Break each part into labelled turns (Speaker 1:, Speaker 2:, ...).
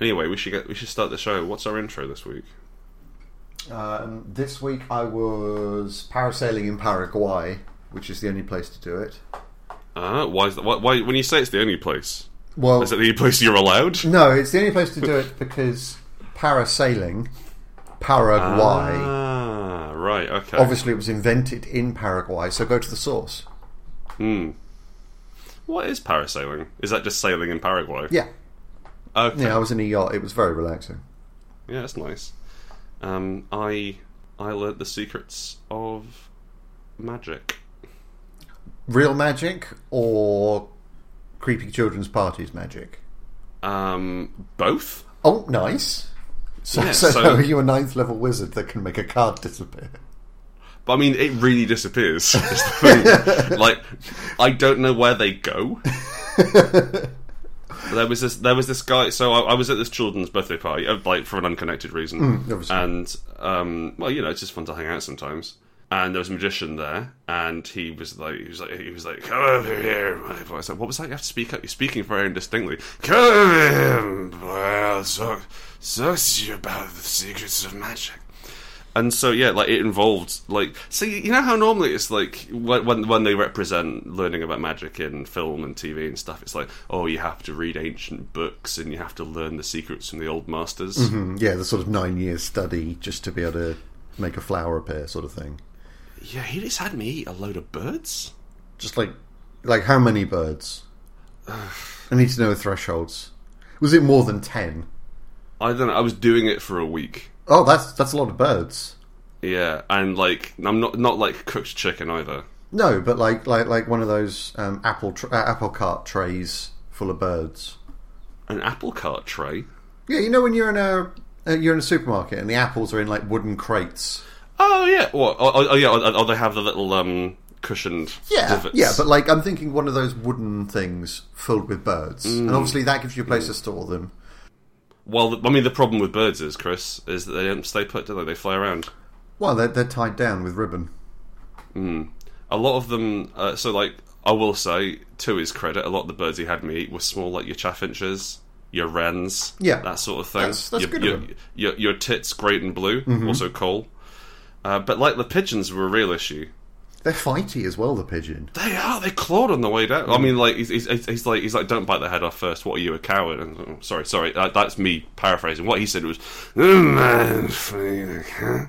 Speaker 1: Anyway, we should get we should start the show. What's our intro this week?
Speaker 2: Um, this week I was parasailing in Paraguay, which is the only place to do it.
Speaker 1: Uh, why is that? Why, why when you say it's the only place?
Speaker 2: Well,
Speaker 1: Is it the only place you're allowed?
Speaker 2: no, it's the only place to do it because parasailing, Paraguay.
Speaker 1: Ah, right. Okay.
Speaker 2: Obviously, it was invented in Paraguay, so go to the source.
Speaker 1: Hmm. What is parasailing? Is that just sailing in Paraguay?
Speaker 2: Yeah,
Speaker 1: Okay.
Speaker 2: yeah. I was in a yacht. It was very relaxing.
Speaker 1: Yeah, that's nice. Um, I I learnt the secrets of magic.
Speaker 2: Real magic or creepy children's parties magic?
Speaker 1: Um, both.
Speaker 2: Oh, nice. So,
Speaker 1: Yeah,
Speaker 2: so,
Speaker 1: so-
Speaker 2: you're a ninth level wizard that can make a card disappear.
Speaker 1: But I mean, it really disappears. is the thing. like, I don't know where they go. there was this. There was this guy. So I, I was at this children's birthday party, uh, like for an unconnected reason.
Speaker 2: obviously.
Speaker 1: and um, well, you know, it's just fun to hang out sometimes. And there was a magician there, and he was like, he was like, he was like, come over here. My boy. I was like, what was that? You have to speak up. You're speaking very indistinctly. Come over here, boy. I'll talk, talk to you about the secrets of magic. And so yeah, like it involved like so you know how normally it's like when when- when they represent learning about magic in film and TV and stuff, it's like oh you have to read ancient books and you have to learn the secrets from the old masters.
Speaker 2: Mm, Yeah, the sort of nine years study just to be able to make a flower appear, sort of thing.
Speaker 1: Yeah, he just had me eat a load of birds.
Speaker 2: Just like, like how many birds? I need to know the thresholds. Was it more than ten?
Speaker 1: I don't know. I was doing it for a week.
Speaker 2: Oh, that's that's a lot of birds.
Speaker 1: Yeah, and like I'm not not like cooked chicken either.
Speaker 2: No, but like like like one of those um, apple tr- uh, apple cart trays full of birds.
Speaker 1: An apple cart tray.
Speaker 2: Yeah, you know when you're in a uh, you're in a supermarket and the apples are in like wooden crates.
Speaker 1: Oh yeah. What? Oh, oh, oh yeah. Oh, oh, they have the little um cushioned. divots.
Speaker 2: yeah, but like I'm thinking one of those wooden things filled with birds, and obviously that gives you a place to store them.
Speaker 1: well, the- I mean, the problem with birds is Chris is that they don't stay put, do they? They fly around.
Speaker 2: Well, they're, they're tied down with ribbon.
Speaker 1: A lot of them. Uh, so like, I will say to his credit, a lot of the birds he had me eat were small, like your chaffinches. Your wrens,
Speaker 2: Yeah.
Speaker 1: that sort of thing.
Speaker 2: That's- that's
Speaker 1: your,
Speaker 2: good of Mm-hmm.
Speaker 1: your,
Speaker 2: him.
Speaker 1: your, your tits, great and blue, also coal. Uh, but like the pigeons were a real issue.
Speaker 2: They're fighty as well. The pigeon.
Speaker 1: They are. They clawed on the way down. I mean, like he's, he's, he's like he's like, don't bite the head off first. What are you, a coward? And, oh, sorry, sorry, that, that's me paraphrasing. What he said was, "Mm, man, free, huh?"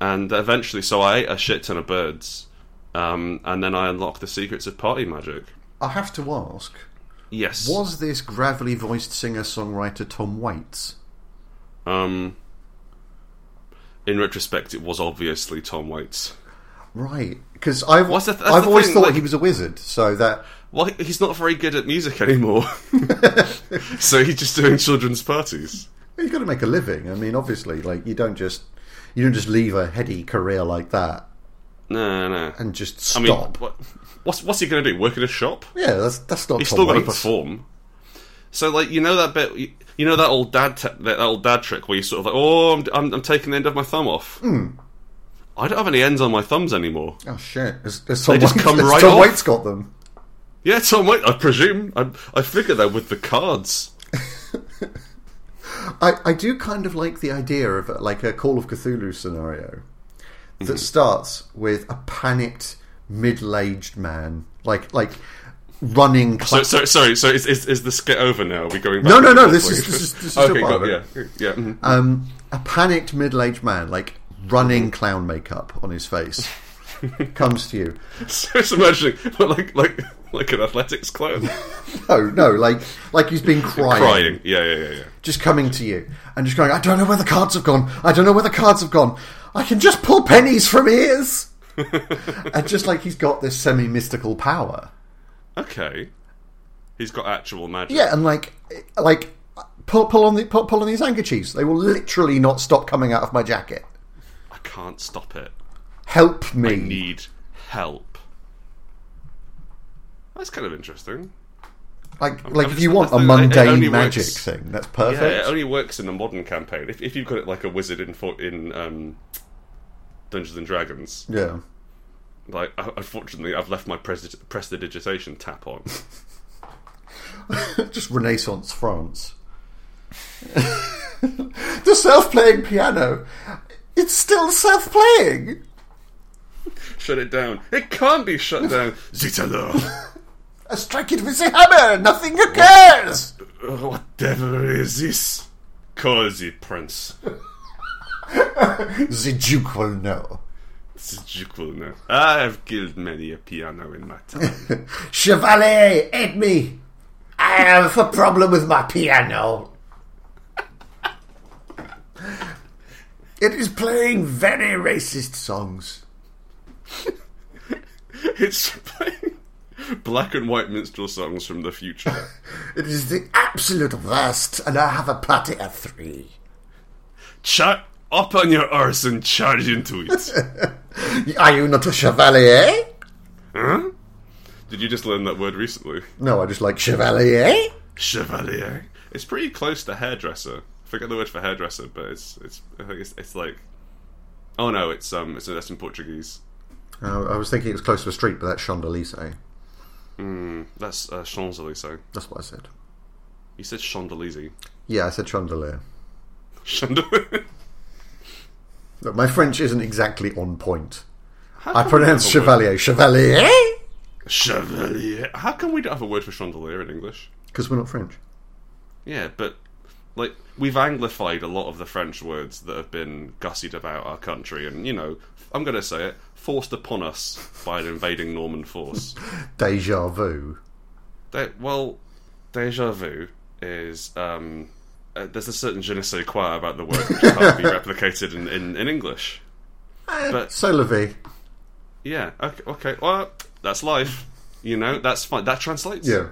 Speaker 1: and eventually, so I ate a shit ton of birds, um, and then I unlocked the secrets of party magic.
Speaker 2: I have to ask:
Speaker 1: Yes.
Speaker 2: Was this gravelly voiced singer songwriter Tom Waits?
Speaker 1: Um. In retrospect, it was obviously Tom Waits.
Speaker 2: Right, because I've
Speaker 1: What's the th- that's
Speaker 2: I've
Speaker 1: the
Speaker 2: always
Speaker 1: thing,
Speaker 2: thought
Speaker 1: like-
Speaker 2: he was a wizard. So that
Speaker 1: Well, he- he's not very good at music anymore, so he's just doing children's parties.
Speaker 2: you've got to make a living. I mean, obviously, like you don't just you don't just leave a heady career like that
Speaker 1: No, no.
Speaker 2: and just
Speaker 1: I
Speaker 2: stop.
Speaker 1: mean, what, what's what's he going to do? Work in a shop?
Speaker 2: yeah, that's that's not
Speaker 1: He's
Speaker 2: Tom
Speaker 1: still going to
Speaker 2: Waits.
Speaker 1: perform. So, like, you know that bit, you- you know that old dad, te- that old dad trick where you sort of like, oh, I'm, I'm, I'm taking the end of my thumb off.
Speaker 2: Hmm.
Speaker 1: I don't have any ends on my thumbs anymore.
Speaker 2: Oh shit! Has, has Tom,
Speaker 1: just
Speaker 2: Waits,
Speaker 1: come
Speaker 2: has
Speaker 1: right
Speaker 2: Tom
Speaker 1: off.
Speaker 2: Waits got them.
Speaker 1: Yeah, Tom Waits. I presume. I, I figure they're with the cards.
Speaker 2: I, I do kind of like the idea of uh, like a Call of Cthulhu scenario that
Speaker 1: Mm-hmm.
Speaker 2: starts with a panicked middle-aged man, like like running.
Speaker 1: So,
Speaker 2: Cla-
Speaker 1: so sorry. So is, is is the skit over now? Are we going? Back
Speaker 2: No, no,
Speaker 1: to
Speaker 2: no,
Speaker 1: the
Speaker 2: this
Speaker 1: point?
Speaker 2: is- this is- this is
Speaker 1: okay.
Speaker 2: still part
Speaker 1: Got, yeah,
Speaker 2: of
Speaker 1: yeah. mhm.
Speaker 2: um, a panicked middle-aged man, like
Speaker 1: Mm-hmm.
Speaker 2: running clown makeup on his face, comes to you.
Speaker 1: So it's imagining, but like like like an athletics clown
Speaker 2: No, no, like like he's been crying,
Speaker 1: crying. Yeah, yeah, yeah, yeah.
Speaker 2: just coming to you and just going, I don't know where the cards have gone. I don't know where the cards have gone. I can just pull pennies from ears. and just like he's got this semi-mystical power.
Speaker 1: Okay. He's got actual magic.
Speaker 2: Yeah, and like, like pull pull on the pull, pull on these handkerchiefs. They will literally not stop coming out of my jacket.
Speaker 1: I can't stop it.
Speaker 2: Help me!
Speaker 1: Need help. That's kind of interesting.
Speaker 2: like, like
Speaker 1: I'm
Speaker 2: if you
Speaker 1: just-
Speaker 2: want a
Speaker 1: that's the- it- it only
Speaker 2: mundane
Speaker 1: works-
Speaker 2: magic thing, that's
Speaker 1: Yeah, it
Speaker 2: perfect.
Speaker 1: only works in the modern campaign. If, if you've got it like a wizard in for, in um, Dungeons and Dragons,
Speaker 2: Yeah.
Speaker 1: like I- unfortunately I've left my pres- prestidigitation tap on.
Speaker 2: just Renaissance France. the self-playing piano. It's still self-playing.
Speaker 1: Shut it down. It can't be shut down. Zitalo.
Speaker 2: I strike it with the hammer. Nothing occurs.
Speaker 1: Whatever is this? Cozy prince.
Speaker 2: the Duke will know.
Speaker 1: Zjukulna. I have killed many a piano in my time.
Speaker 2: Chevalier, aid me. I have a problem with my piano. it is playing very racist songs.
Speaker 1: it's playing black and white minstrel songs from the future.
Speaker 2: It is the absolute worst, and I have a party at three.
Speaker 1: Char- up on your arse and charge into it.
Speaker 2: Are you not a chevalier?
Speaker 1: huh? Did you just learn that word recently?
Speaker 2: No, I just like chevalier.
Speaker 1: Chevalier. It's pretty close to hairdresser. I forget the word for hairdresser, but it's it's I think it's, it's like oh no, it's um it's that's in Portuguese.
Speaker 2: Uh, I was thinking it was close to a street, but that's Champs-Élysées.
Speaker 1: That's uh, Champs Elysees.
Speaker 2: That's what I said.
Speaker 1: You said Chandelier.
Speaker 2: Yeah, I said chandelier.
Speaker 1: Chandelier.
Speaker 2: Look, my French isn't exactly on point. I pronounce chevalier chevalier
Speaker 1: Chevalier. How come we don't have a word for chandelier in English?
Speaker 2: because we're not French.
Speaker 1: Yeah, but like we've anglified a lot of the French words that have been gussied about our country, and you know, I'm going to say it, forced upon us by an invading Norman force.
Speaker 2: Deja vu.
Speaker 1: They, well, déjà vu is um, uh, there's a certain je ne sais quoi about the word which can't be replicated in, in, in English. But
Speaker 2: So Levy.
Speaker 1: yeah, okay, okay, well, that's life. You know, that's fine. That translates.
Speaker 2: Yeah.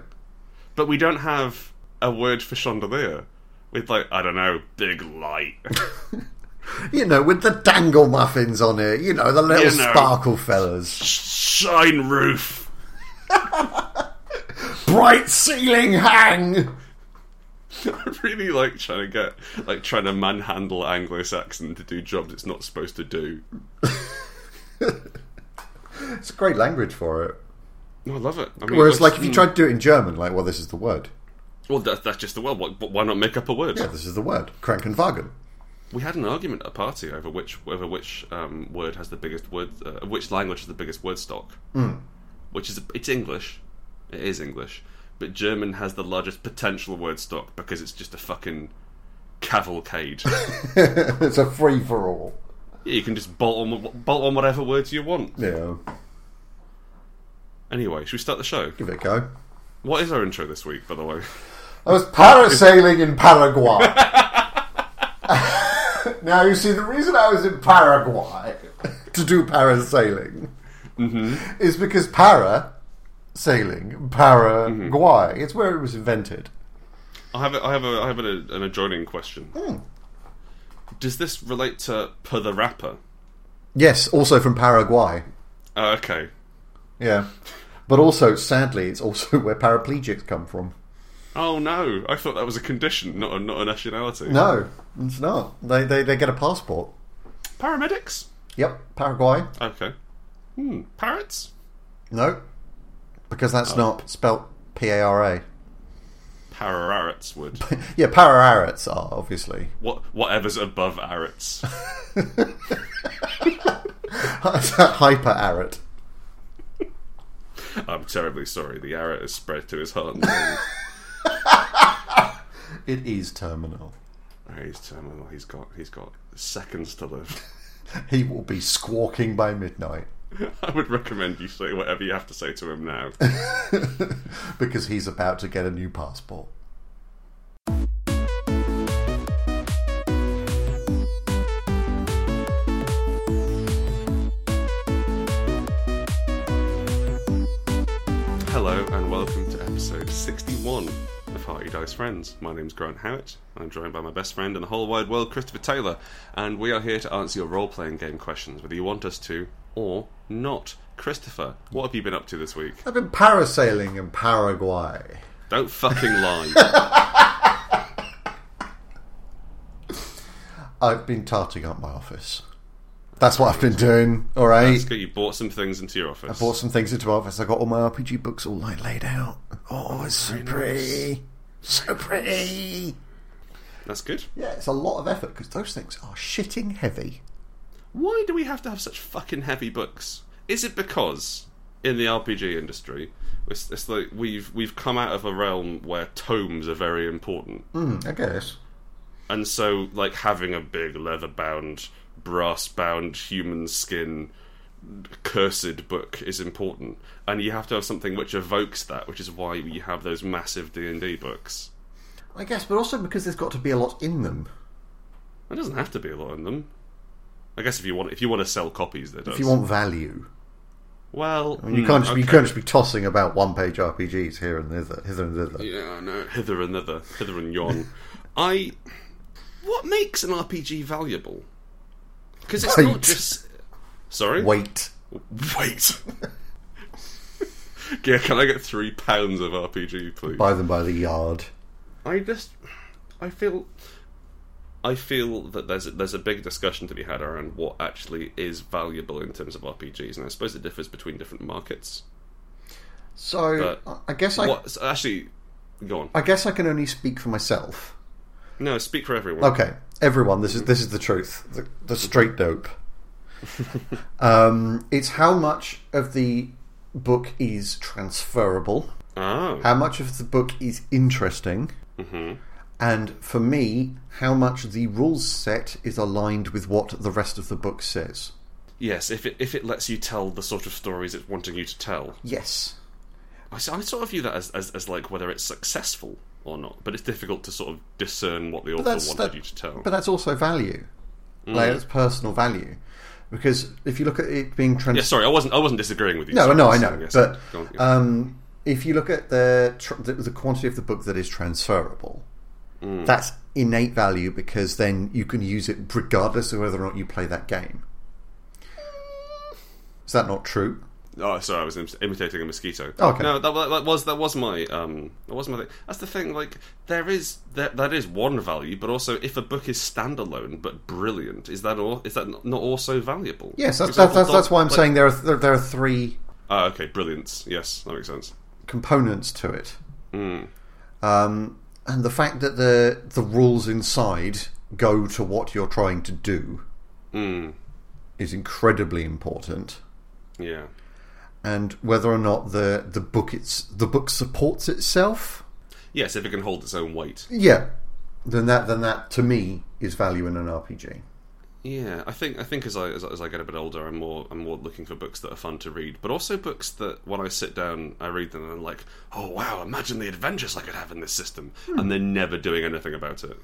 Speaker 1: but we don't have a word for chandelier. With like I don't know, big light.
Speaker 2: You know, with the dangle muffins on it. You know, the little
Speaker 1: You know.
Speaker 2: sparkle fellas.
Speaker 1: shine roof.
Speaker 2: Bright ceiling hang.
Speaker 1: I really like trying to get like trying to manhandle Anglo Saxon to do jobs it's not supposed to do.
Speaker 2: It's a great language for it.
Speaker 1: Oh, I love it. I mean,
Speaker 2: Whereas,
Speaker 1: what's-
Speaker 2: like, if you tried to do it in German, like, well, this is the word.
Speaker 1: well, that, that's just the word. Why, why not make up a word?
Speaker 2: Yeah, this is the word. Krankenwagen.
Speaker 1: We had an argument at a party over which over which um, word has the biggest word, uh, which language has the biggest word stock.
Speaker 2: Hmm.
Speaker 1: Which is it's English, it is English, but German has the largest potential word stock because it's just a fucking cavalcade. yeah,
Speaker 2: it's a free for all.
Speaker 1: you can just bolt on wh- bolt on whatever words you want.
Speaker 2: Yeah.
Speaker 1: Anyway, should we start the show?
Speaker 2: Give it a go.
Speaker 1: What is our intro this week, by the way?
Speaker 2: I was parasailing in Paraguay. now, you see, the reason I was in Paraguay to do parasailing is because para sailing, Paraguay, it's where it was invented.
Speaker 1: I have a, I have a, I have a, an adjoining question.
Speaker 2: Mm.
Speaker 1: Does this relate to Per the Rapper?
Speaker 2: Yes, also from Paraguay.
Speaker 1: Uh, okay.
Speaker 2: Yeah. But also, sadly, it's also where paraplegics come from.
Speaker 1: Oh no! I thought that was a condition, not a, not a nationality.
Speaker 2: No, it's not. They, they, they get a passport.
Speaker 1: Paramedics?
Speaker 2: Yep, Paraguay.
Speaker 1: Okay. Hmm. Parrots?
Speaker 2: No, because that's not spelt P A R A.
Speaker 1: Pararrots would.
Speaker 2: Yeah, parararets are obviously.
Speaker 1: what? Whatever's above arrots.
Speaker 2: Hyper arret.
Speaker 1: I'm terribly sorry. The arrot has spread to his heart. and
Speaker 2: It is terminal.
Speaker 1: he's terminal. He's got. He's got seconds to live.
Speaker 2: He will be squawking by midnight
Speaker 1: I would recommend you say whatever you have to say to him now.
Speaker 2: because he's about to get a new passport.
Speaker 1: Hello and welcome to episode 61 of Hearty Dice Friends. My name's Grant Howitt. I'm joined by my best friend in the whole wide world, Christopher Taylor, and we are here to answer your role playing game questions, whether you want us to or not. Christopher, what have you been up to this week?
Speaker 2: I've been parasailing in Paraguay.
Speaker 1: Don't fucking lie.
Speaker 2: I've been tarting up my office. That's what I've been doing. All right.
Speaker 1: It's good you bought some things into your office.
Speaker 2: Bought some things into my office. I got all my RPG books all Oh, like laid out. Oh, it's so pretty. So pretty.
Speaker 1: That's good.
Speaker 2: Yeah, it's a lot of effort because those things are shitting heavy.
Speaker 1: Why do we have to have such fucking heavy books? Is it because in the RPG industry, it's, it's like we've we've come out of a realm where tomes are very important,
Speaker 2: Mm, I guess.
Speaker 1: and so like having a big leather-bound, brass-bound human skin cursed book is important, and you have to have something which evokes that, which is why you have those massive D and D books.
Speaker 2: I guess, but also because there's got to be a lot in them.
Speaker 1: There doesn't have to be a lot in them. I guess if you want if you want to sell copies, there does.
Speaker 2: If you want value,
Speaker 1: well,
Speaker 2: I mean, you can't just, be- you can't just be tossing about one-page RPGs here and thither, hither and thither.
Speaker 1: hmm, Yeah, I know. Hither and thither, hither and yon. I. What makes an RPG valuable? Because it's
Speaker 2: Wait.
Speaker 1: not just. Sorry?
Speaker 2: Wait,
Speaker 1: Wait. yeah, can I get three pounds of RPG, please?
Speaker 2: buy them by the yard.
Speaker 1: I just. I feel. I feel that there's a, there's a big discussion to be had around what actually is valuable in terms of RPGs, and I suppose it differs between different markets.
Speaker 2: So
Speaker 1: But-
Speaker 2: I guess I,
Speaker 1: what, so actually, go on.
Speaker 2: I guess I can only speak for myself.
Speaker 1: No, speak for everyone.
Speaker 2: Okay, everyone, this is this is the truth, the, the straight dope. um, it's how much of the book is transferable,
Speaker 1: Oh.
Speaker 2: how much of the book is interesting,
Speaker 1: hmm
Speaker 2: and for me, how much the rules set is aligned with what the rest of the book says.
Speaker 1: Yes, if it if it lets you tell the sort of stories it's wanting you to tell,
Speaker 2: Yes.
Speaker 1: I, s- I sort of view that as, as as like whether it's successful or not. But it's difficult to sort of discern what the author
Speaker 2: that's-
Speaker 1: wanted
Speaker 2: that-
Speaker 1: you to tell.
Speaker 2: But that's also value. Like, that's personal value. Because if you look at it being
Speaker 1: yeah,
Speaker 2: transferable.
Speaker 1: sorry, I wasn't I wasn't disagreeing with you.
Speaker 2: No,
Speaker 1: sorry,
Speaker 2: no, I
Speaker 1: sorry,
Speaker 2: know,
Speaker 1: yes,
Speaker 2: but-
Speaker 1: go on, yeah.
Speaker 2: Um, if you look at the, tr- the the quantity of the book that is transferable, that's innate value because then you can use it regardless of whether or not you play that game. Is that not true?
Speaker 1: oh, sorry, I was im- imitating a mosquito.
Speaker 2: Oh, Okay.
Speaker 1: no, that, wa- that was that was my um that was my thing. That's the thing. Like there is that that is one value, but also if a book is standalone but brilliant, is that all? Is that not not also valuable?
Speaker 2: Yes,
Speaker 1: For
Speaker 2: that's that's,
Speaker 1: example,
Speaker 2: that's,
Speaker 1: Don-
Speaker 2: that's why I'm
Speaker 1: like-
Speaker 2: saying there are there, there are three
Speaker 1: Ah, okay, brilliance. Yes, that makes sense.
Speaker 2: components to it, um, and the fact that the the rules inside go to what you're trying to do
Speaker 1: Mm,
Speaker 2: is incredibly important.
Speaker 1: yeah.
Speaker 2: and whether or not the the book it's the book supports itself
Speaker 1: Yes, if it can hold its own weight.
Speaker 2: yeah then that then that to me is value in an rpg
Speaker 1: Yeah, I think I think as I as, I- as I get a bit older, I'm more I'm more looking for books that are fun to read, but also books that when I sit down, I read them and I'm like, oh wow, imagine the adventures I could have in this system, and they're never doing anything about it.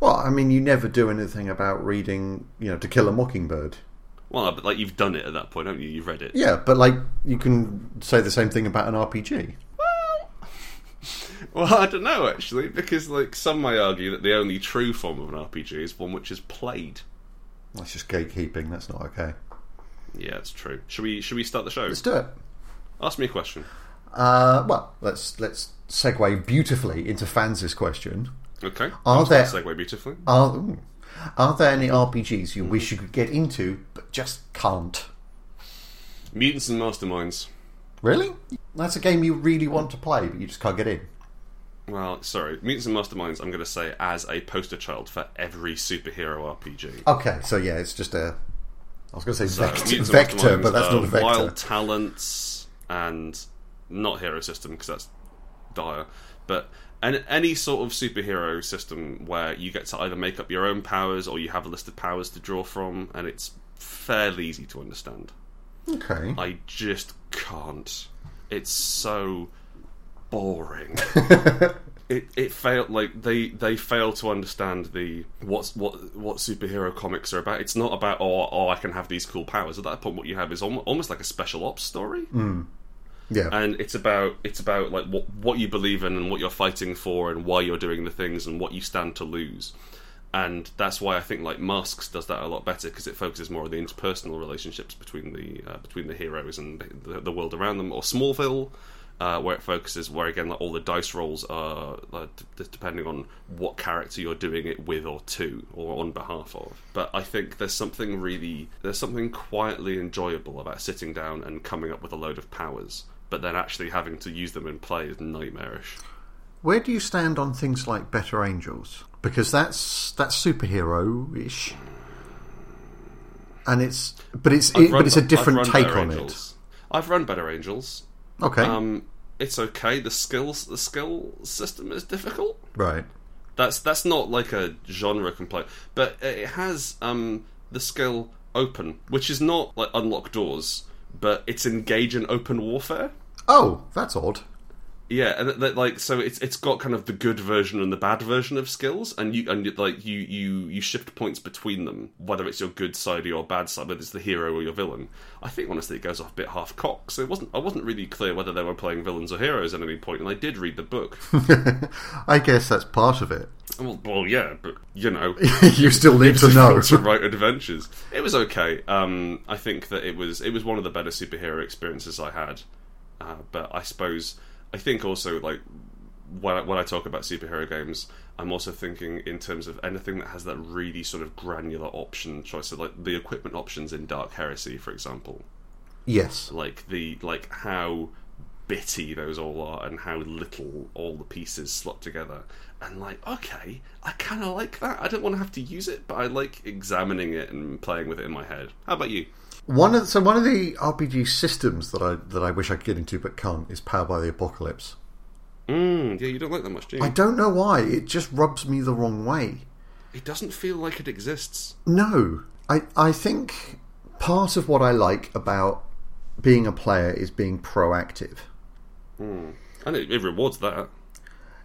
Speaker 2: well i mean you never do anything about reading you know to kill a mockingbird
Speaker 1: Well, but like you've done it at that point, haven't you? You've read it.
Speaker 2: yeah but like you can say the same thing about an rpg
Speaker 1: Well, I don't know actually, because like some may argue that the only true form of an RPG is one which is played.
Speaker 2: that's just gatekeeping that's not okay
Speaker 1: Yeah, it's true. Should we should we start the show?
Speaker 2: let's do it
Speaker 1: Ask me a question.
Speaker 2: uh, well let's let's segue beautifully into fans' question
Speaker 1: Okay.
Speaker 2: are there
Speaker 1: Segue beautifully.
Speaker 2: are, ooh. are there any rpgs
Speaker 1: Mm-hmm.
Speaker 2: you wish you could get into but just can't
Speaker 1: Mutants and masterminds.
Speaker 2: Really? That's a game you really want to play, but you just can't get in.
Speaker 1: Well, sorry, Mutants and Masterminds. I'm going to say as a poster child for every superhero RPG.
Speaker 2: Okay, so yeah, it's just a. I was going to say
Speaker 1: So,
Speaker 2: vect-
Speaker 1: Uh, Mutants and
Speaker 2: Oh, vector,
Speaker 1: Masterminds,
Speaker 2: but that's
Speaker 1: uh,
Speaker 2: not a vector.
Speaker 1: Wild talents and not hero system because that's dire. But and any sort of superhero system where you get to either make up your own powers or you have a list of powers to draw from, and it's fairly easy to understand.
Speaker 2: Okay.
Speaker 1: I just can't. It's so boring. it it failed like they they fail to understand the what's what what superhero comics are about. It's not about oh oh I can have these cool powers. At that point, what you have is almost, almost like a special ops story,
Speaker 2: Yeah.
Speaker 1: and it's about it's about like what what you believe in and what you're fighting for and why you're doing the things and what you stand to lose. And that's why I think like Masks does that a lot better because it focuses more on the interpersonal relationships between the uh, between the heroes and the, the world around them. Or Smallville, uh, where it focuses where again like all the dice rolls are uh, d- d- depending on what character you're doing it with or to or on behalf of. But I think there's something really there's something quietly enjoyable about sitting down and coming up with a load of powers, but then actually having to use them in play is nightmarish.
Speaker 2: Where do you stand on things like Better Angels? Because that's that's superhero ish, and it's but it's
Speaker 1: I've
Speaker 2: it,
Speaker 1: run-
Speaker 2: but it's a
Speaker 1: I've
Speaker 2: different
Speaker 1: run
Speaker 2: take
Speaker 1: Better
Speaker 2: on
Speaker 1: Angels. I've run Better Angels.
Speaker 2: it. Okay,
Speaker 1: Um, it's okay. The skills, the skill system is difficult.
Speaker 2: right.
Speaker 1: That's that's not like a genre complaint, but it has um, the skill open, which is not like unlock doors, but it's engage in open warfare.
Speaker 2: Oh, that's odd.
Speaker 1: Yeah, and that, that, like so, it's it's got kind of the good version and the bad version of skills, and you and you- like you you you shift points between them, whether it's your good side or your bad side, whether it's the hero or your villain. I think honestly, it goes off a bit half cock. So it wasn't I wasn't really clear whether they were playing villains or heroes at any point, and I did read the book.
Speaker 2: I guess that's part of it.
Speaker 1: well, well, yeah, but you know,
Speaker 2: you still need to know.
Speaker 1: to write adventures. It was okay. Um, I think that it was it was one of the better superhero experiences I had. Uh, but I suppose I think also like when I, when I talk about superhero games, I'm also thinking in terms of anything that has that really sort of granular option choice, so like the equipment options in Dark Heresy, for example
Speaker 2: yes.
Speaker 1: like the like how bitty those all are and how little all the pieces slot together and like okay i kind of like that i don't want to have to use it but i like examining it and playing with it in my head how about you
Speaker 2: One of so one of the RPG systems that I that I wish I could get into but can't is Power by the Apocalypse.
Speaker 1: mm, yeah you don't like that much do you
Speaker 2: I don't know why. It just rubs me the wrong way.
Speaker 1: it doesn't feel like it exists
Speaker 2: No, I I think part of what I like about being a player is being proactive.
Speaker 1: and it, it rewards that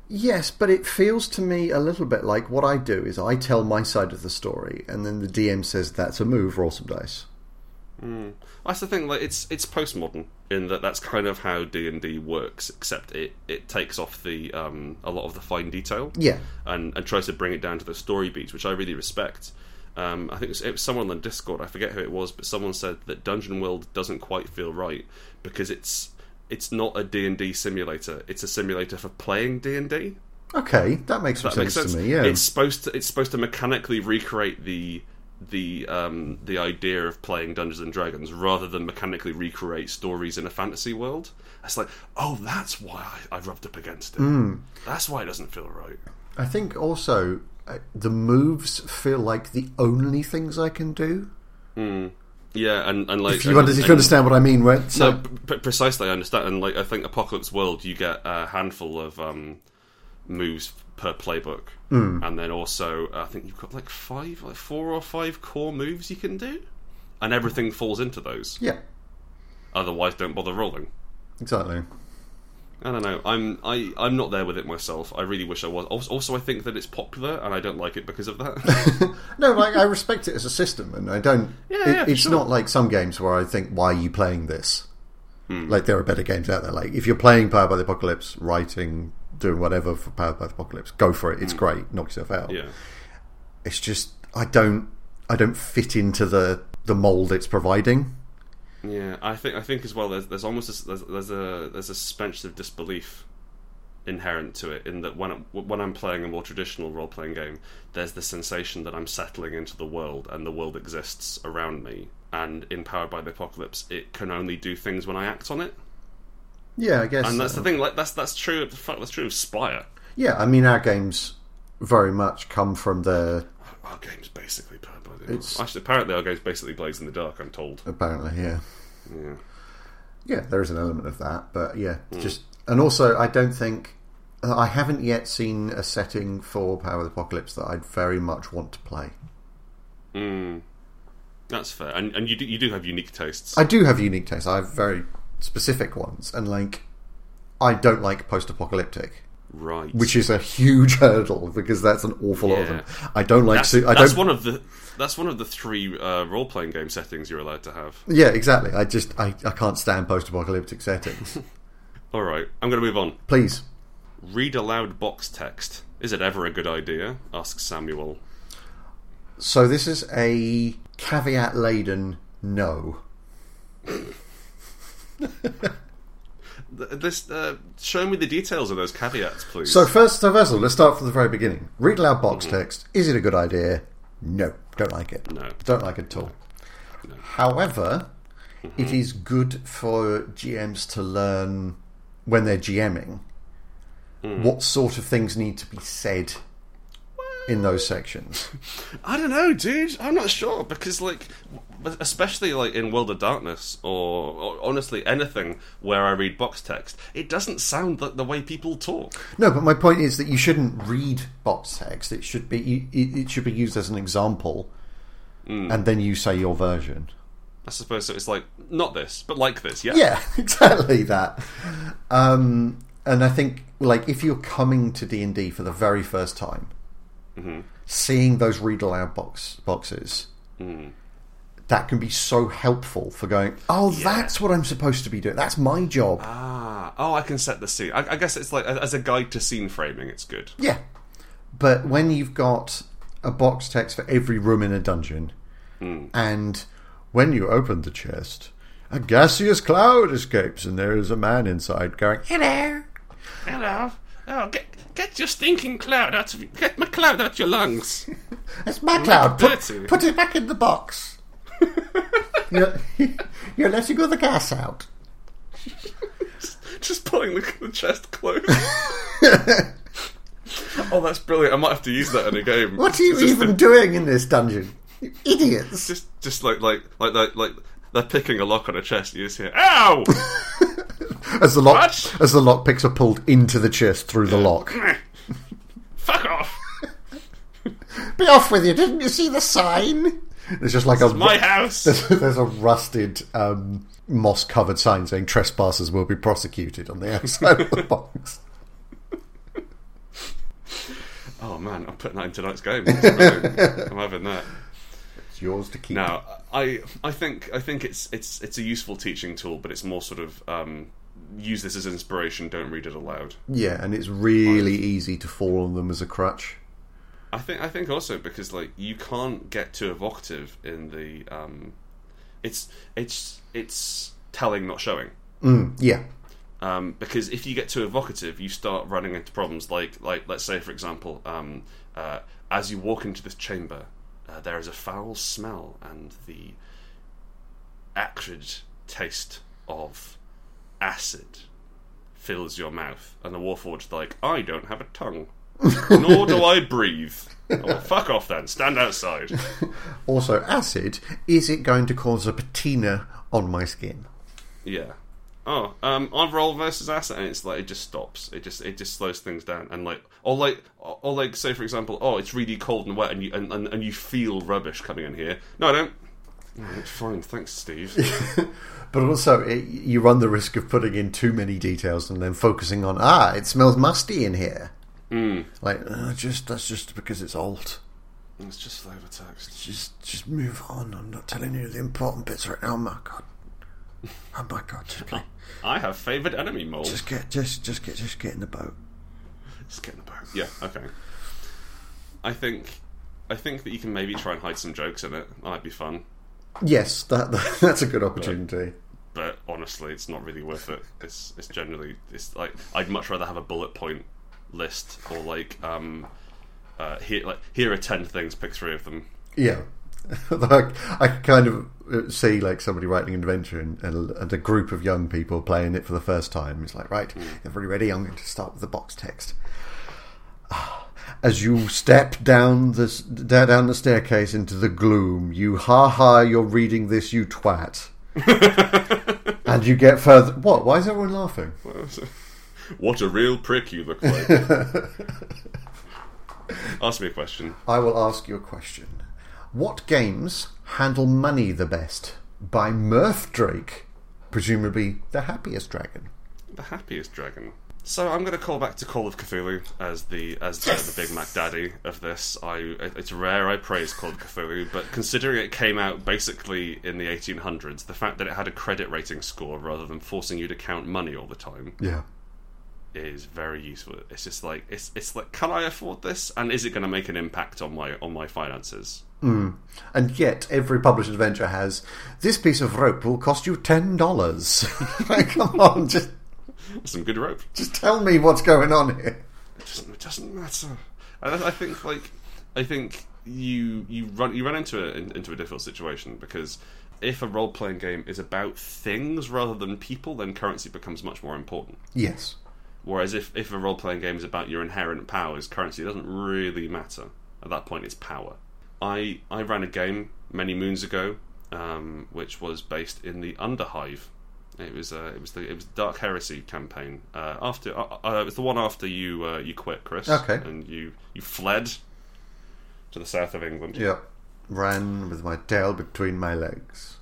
Speaker 2: Yes, but it feels to me a little bit like what I do is I tell my side of the story, and then the DM says that's a move, roll some dice.
Speaker 1: that's the thing like it's it's postmodern in that that's kind of how d&d works except it it takes off the um a lot of the fine detail
Speaker 2: Yeah,
Speaker 1: and, and tries to bring it down to the story beats, which I really respect. Um, I think it was, it was someone on Discord, I forget who it was, but someone said that Dungeon World doesn't quite feel right because it's it's not a D&D simulator. It's a simulator for playing D&D.
Speaker 2: okay, that makes some
Speaker 1: That makes sense.
Speaker 2: sense, to me. Yeah,
Speaker 1: It's supposed to it's supposed to mechanically recreate the the um, the idea of playing Dungeons and Dragons rather than mechanically recreate stories in a fantasy world. It's like, oh, that's why I, I rubbed up against it.
Speaker 2: Hmm.
Speaker 1: That's why it doesn't feel right.
Speaker 2: I think also uh, the moves feel like the only things I can do.
Speaker 1: Yeah, and, and like
Speaker 2: If you,
Speaker 1: and-
Speaker 2: under, if you
Speaker 1: and-
Speaker 2: understand what I mean, where so
Speaker 1: No, p- p- precisely. I understand, and like I think Apocalypse World, you get a handful of um, moves per playbook,
Speaker 2: Hmm.
Speaker 1: and then also I think you've got like five, like four or five core moves you can do, and everything falls into those.
Speaker 2: yeah,
Speaker 1: Otherwise, don't bother rolling.
Speaker 2: exactly.
Speaker 1: I don't know. I'm I I'm not there with it myself. I really wish I was. Also, also I think that it's popular, and I don't like it because of that.
Speaker 2: No, like I respect it as a system, and I don't.
Speaker 1: Yeah,
Speaker 2: it-
Speaker 1: yeah,
Speaker 2: it's
Speaker 1: sure.
Speaker 2: not like some games where I think, "Why are you playing this?"
Speaker 1: Hmm.
Speaker 2: Like there are better games out there. Like if you're playing Powered by the Apocalypse, writing, doing whatever for Powered by the Apocalypse, go for it. It's great. Knock yourself out.
Speaker 1: Hmm. yeah.
Speaker 2: It's just I don't I don't fit into the the mold it's providing.
Speaker 1: Yeah, I think I think as well. There's there's almost a, there's, there's a there's a suspension of disbelief inherent to it in that when it, when I'm playing a more traditional role playing game, there's the sensation that I'm settling into the world and the world exists around me. And in Powered by the Apocalypse, it can only do things when I act on it.
Speaker 2: Yeah, I guess.
Speaker 1: And that's the thing. Like that's that's true. Of, fuck, that's true of Spire.
Speaker 2: yeah, I mean our games very much come from the
Speaker 1: Our game's basically Powered by the Apocalypse. Actually, apparently our game's basically Blaze in the Dark. I'm told.
Speaker 2: apparently yeah.
Speaker 1: Yeah. Hmm.
Speaker 2: Yeah, there is an element of that, but yeah, just and also I don't think I haven't yet seen a setting for Power of the Apocalypse that I'd very much want to play.
Speaker 1: Mm, that's fair. And and you do, you do have unique tastes.
Speaker 2: I do have unique tastes. I have very specific ones, and like I don't like post-apocalyptic,
Speaker 1: right.
Speaker 2: which is a huge hurdle because that's an awful lot of them. I don't like.
Speaker 1: That's,
Speaker 2: su- I
Speaker 1: that's
Speaker 2: don't.
Speaker 1: one of the that's one of the three uh, role playing game settings you're allowed to have.
Speaker 2: Yeah, exactly. I just I, I can't stand post-apocalyptic settings.
Speaker 1: All right, I'm going to move on.
Speaker 2: Please.
Speaker 1: Read aloud box text. Is it ever a good idea? asks Samuel.
Speaker 2: So this is a caveat-laden no.
Speaker 1: Th- This uh, show me the details of those caveats, please.
Speaker 2: So first, so first of all, let's start from the very beginning. Read aloud box text. Is it a good idea? No, don't like it.
Speaker 1: no,
Speaker 2: Don't like it at all. However, it is good for GMs to learn when they're GMing what sort of things need to be said in those sections.
Speaker 1: I don't know, dude. I'm not sure because, like, w- especially like in World of Darkness or, or honestly anything where I read box text, it doesn't sound like the way people talk.
Speaker 2: No, but my point is that you shouldn't read box text. It should be it, it should be used as an example, and then you say your version.
Speaker 1: I suppose so. It's like not this, but like this. Yeah.
Speaker 2: Yeah, exactly that. Um, and I think like if you're coming to D and D for the very first time, seeing those read aloud box boxes, that can be so helpful for going. Oh, that's what I'm supposed to be doing. That's my job.
Speaker 1: Ah. Oh, I can set the scene. I, I guess it's like as a guide to scene framing. It's good.
Speaker 2: Yeah. But when you've got a box text for every room in a dungeon, and when you open the chest, a gaseous cloud escapes and there is a man inside going, Hello!
Speaker 1: Hello. Oh, get get your stinking cloud out of get my cloud out your lungs.
Speaker 2: That's my cloud! Put,
Speaker 1: dirty."
Speaker 2: put it back in the box! you're, you're letting all the gas out.
Speaker 1: Just pulling the, the chest closed. oh, that's brilliant! I might have to use that in a game.
Speaker 2: What are you
Speaker 1: Just-
Speaker 2: even doing in this dungeon? You idiots!
Speaker 1: just just like like like like, like they're picking a lock on a chest. You just hear ow.
Speaker 2: As the lock,
Speaker 1: What?
Speaker 2: as the lock picks are pulled into the chest through the lock.
Speaker 1: Fuck off!
Speaker 2: Be off with you! Didn't you see the sign? It's just like a
Speaker 1: My house.
Speaker 2: There's a rusted um, moss covered sign saying trespassers will be prosecuted on the outside of the box.
Speaker 1: Oh man, I'm putting that in tonight's game. That's brilliant. I'm having that.
Speaker 2: It's yours to keep.
Speaker 1: Now, I I think I think it's it's it's a useful teaching tool, but it's more sort of um, use this as inspiration. Don't read it aloud.
Speaker 2: Yeah, and it's really easy to fall on them as a crutch.
Speaker 1: I think I think also because like you can't get too evocative in the um, it's it's it's telling not showing.
Speaker 2: Mm, yeah.
Speaker 1: um, because if you get too evocative, you start running into problems. Like, like let's say, for example, um, uh, as you walk into this chamber, uh, there is a foul smell and the acrid taste of acid fills your mouth, and the warforged like, I don't have a tongue, nor do I breathe. Oh, well, fuck off then. Stand outside.
Speaker 2: Also, acid, is it going to cause a patina on my skin?
Speaker 1: Yeah. Oh, um, on roll versus asset, and it's like it just stops. It just it just slows things down, and like or like or or, like say for example, oh, it's really cold and wet, and you and, and, and you feel rubbish coming in here. No, I don't. Alright, fine, thanks, Steve.
Speaker 2: But also, it, you run the risk of putting in too many details and then focusing on, ah, it smells musty in here. Like, "Ah, just that's just because it's old.
Speaker 1: it's just flavor text.
Speaker 2: just just move on. I'm not telling you the important bits right now. Oh my god. Oh my god, just play.
Speaker 1: I have favored enemy mold. Just,
Speaker 2: Just get just just get just get in the boat.
Speaker 1: get in the boat. Yeah, okay. I think I think that you can maybe try and hide some jokes in it. That might be fun,
Speaker 2: Yes, that, that that's a good opportunity.
Speaker 1: but honestly, it's not really worth it. It's it's generally it's like I'd much rather have a bullet point list or like um uh here like here are ten things, pick three of them.
Speaker 2: Yeah. like I could kind of uh, see like somebody writing an adventure and, and, and a group of young people playing it for the first time. It's like, right, everybody ready? I'm going to start with the box text. As you step down the s- da- down the staircase into the gloom, you ha ha, you're reading this, you twat. and you get further. What? Why is everyone laughing?
Speaker 1: What a real prick you look like. Ask me a question.
Speaker 2: I will ask you a question. What games handle money the best? By Murph Drake, presumably the happiest dragon.
Speaker 1: The happiest dragon. So I'm going to call back to Call of Cthulhu as the as the, the Big Mac Daddy of this. I it's rare I praise Call of Cthulhu, but considering it came out basically in the 1800s, the fact that it had a credit rating score rather than forcing you to count money all the time
Speaker 2: Yeah.
Speaker 1: is very useful. It's just like it's it's like can I afford this and is it going to make an impact on my on my finances?
Speaker 2: And yet, every published adventure has this piece of rope will cost you ten dollars. like, come on, just
Speaker 1: Some good rope.
Speaker 2: just tell me what's going on here.
Speaker 1: It doesn't it doesn't matter. And I I think like I think you you run you run into a in- into a difficult situation because if a role playing game is about things rather than people, then currency becomes much more important.
Speaker 2: Yes.
Speaker 1: Whereas if, if a role playing game is about your inherent powers, currency doesn't really matter. At that point, it's power. I, I ran a game many moons ago, um, which was based in the Underhive. It was uh, it was the it was the Dark Heresy campaign. Uh, after uh, uh, it was the one after you uh, you quit, Chris,
Speaker 2: Okay.
Speaker 1: and you you fled to the south of England,
Speaker 2: Yep. Ran with my tail between my legs.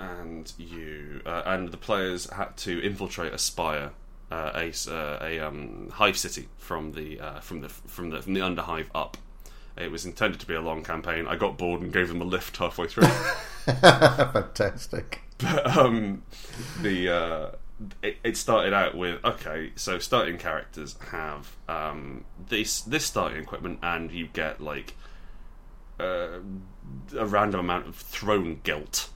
Speaker 1: and you uh, and the players had to infiltrate a spire, uh, a s- uh, a um, hive city from the uh, from the from the from the underhive up. It was intended to be a long campaign. I got bored and gave them a lift halfway through.
Speaker 2: Fantastic.
Speaker 1: um, the uh, it, it started out with okay, so starting characters have um, this this starting equipment, and you get like uh, a random amount of thrown guilt.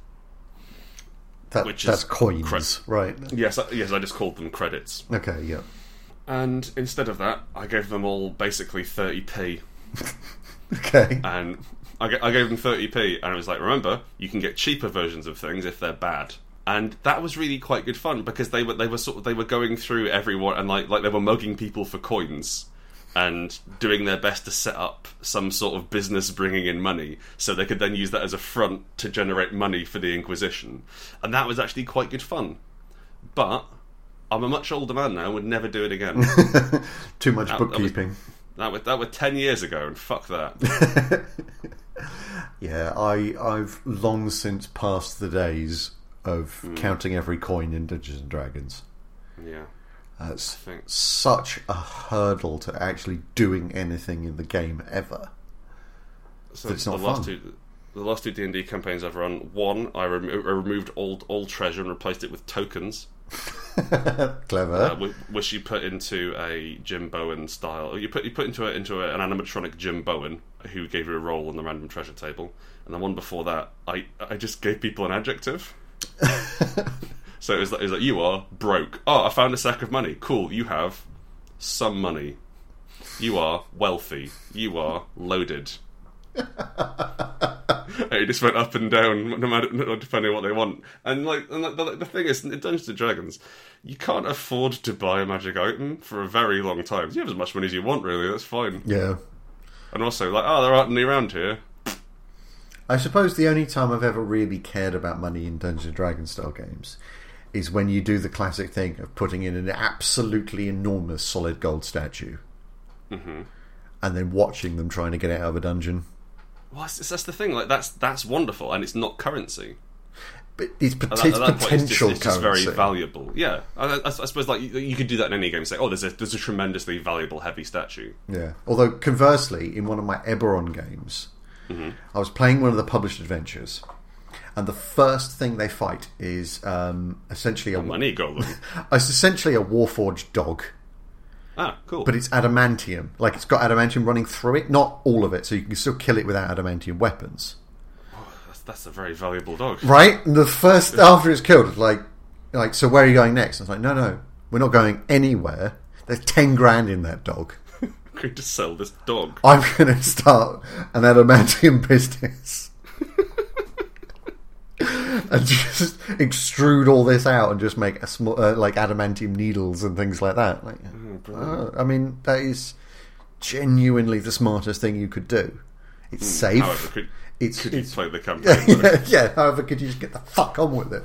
Speaker 2: That,
Speaker 1: Which
Speaker 2: that's
Speaker 1: is
Speaker 2: coins,
Speaker 1: cra-
Speaker 2: right?
Speaker 1: Yes, I, yes, I just called them credits.
Speaker 2: Okay, yeah.
Speaker 1: And instead of that, I gave them all basically thirty p,
Speaker 2: Okay.
Speaker 1: and I, ga- I gave them thirty p, and I was like, remember, you can get cheaper versions of things if they're bad. And that was really quite good fun because they were they were sort of they were going through everyone and like like they were mugging people for coins and doing their best to set up some sort of business bringing in money so they could then use that as a front to generate money for the Inquisition. And that was actually quite good fun. But I'm a much older man now and would never do it again.
Speaker 2: Too much
Speaker 1: was-
Speaker 2: bookkeeping.
Speaker 1: That was that were ten years ago, and fuck that.
Speaker 2: Yeah, I I've long since passed the days of
Speaker 1: Hmm.
Speaker 2: counting every coin in Dungeons and Dragons.
Speaker 1: yeah,
Speaker 2: That's
Speaker 1: thanks.
Speaker 2: such a hurdle to actually doing anything in the game ever.
Speaker 1: So
Speaker 2: But it's
Speaker 1: the
Speaker 2: not
Speaker 1: last
Speaker 2: fun.
Speaker 1: two, the last two D and D campaigns I've run, one I, remo- I removed old old treasure and replaced it with tokens, uh,
Speaker 2: Clever.
Speaker 1: whi- which you put into a Jim Bowen style. You put you put into a, into a, an animatronic Jim Bowen who gave you a roll on the random treasure table, and the one before that, I I just gave people an adjective. so it was, like, it was like you are broke. Oh, I found a sack of money. Cool, you have some money. You are wealthy. You are loaded. And it just went up and down, no matter no- depending on what they want. And like, and like the, the thing is, in Dungeons and Dragons, you can't afford to buy a magic item for a very long time. You have as much money as you want, really. That's fine.
Speaker 2: Yeah.
Speaker 1: And also, like, oh, there aren't any around here.
Speaker 2: I suppose the only time I've ever really cared about money in Dungeons and Dragons style games is when you do the classic thing of putting in an absolutely enormous solid gold statue.
Speaker 1: Mm-hmm.
Speaker 2: And then watching them trying to get it out of a dungeon.
Speaker 1: Well, that's, that's the thing. Like, that's that's wonderful, and it's not currency.
Speaker 2: But it's, pot-
Speaker 1: At that-
Speaker 2: it's
Speaker 1: at that point, it's just-
Speaker 2: potential
Speaker 1: it's just,
Speaker 2: currency.
Speaker 1: very valuable. Yeah, I, I, I suppose like you, you could do that in any game. Say, oh, there's a there's a tremendously valuable heavy statue.
Speaker 2: Yeah. Although, conversely, in one of my Eberron games, I was playing one of the published adventures, and the first thing they fight is um, essentially a
Speaker 1: Money golem.
Speaker 2: it's essentially a warforged dog,
Speaker 1: ah, cool.
Speaker 2: but it's adamantium. Like it's got adamantium running through it, not all of it, so you can still kill it without adamantium weapons.
Speaker 1: that's, that's a very valuable dog.
Speaker 2: Right? And the first after it's killed, it's like, like so, where are you going next? And it's like, no, no, we're not going anywhere. There's ten grand in that dog.
Speaker 1: Going to sell this dog.
Speaker 2: I'm going to start an adamantium business. and just extrude all this out and just make a small, uh, like adamantium needles and things like that. Like,
Speaker 1: Oh,
Speaker 2: uh, I mean, that is genuinely the smartest thing you could do. It's safe.
Speaker 1: Hmm, However, could,
Speaker 2: it's,
Speaker 1: could you
Speaker 2: Oh, it's
Speaker 1: play the campaign?
Speaker 2: yeah, yeah. However, could you just get the fuck on with it?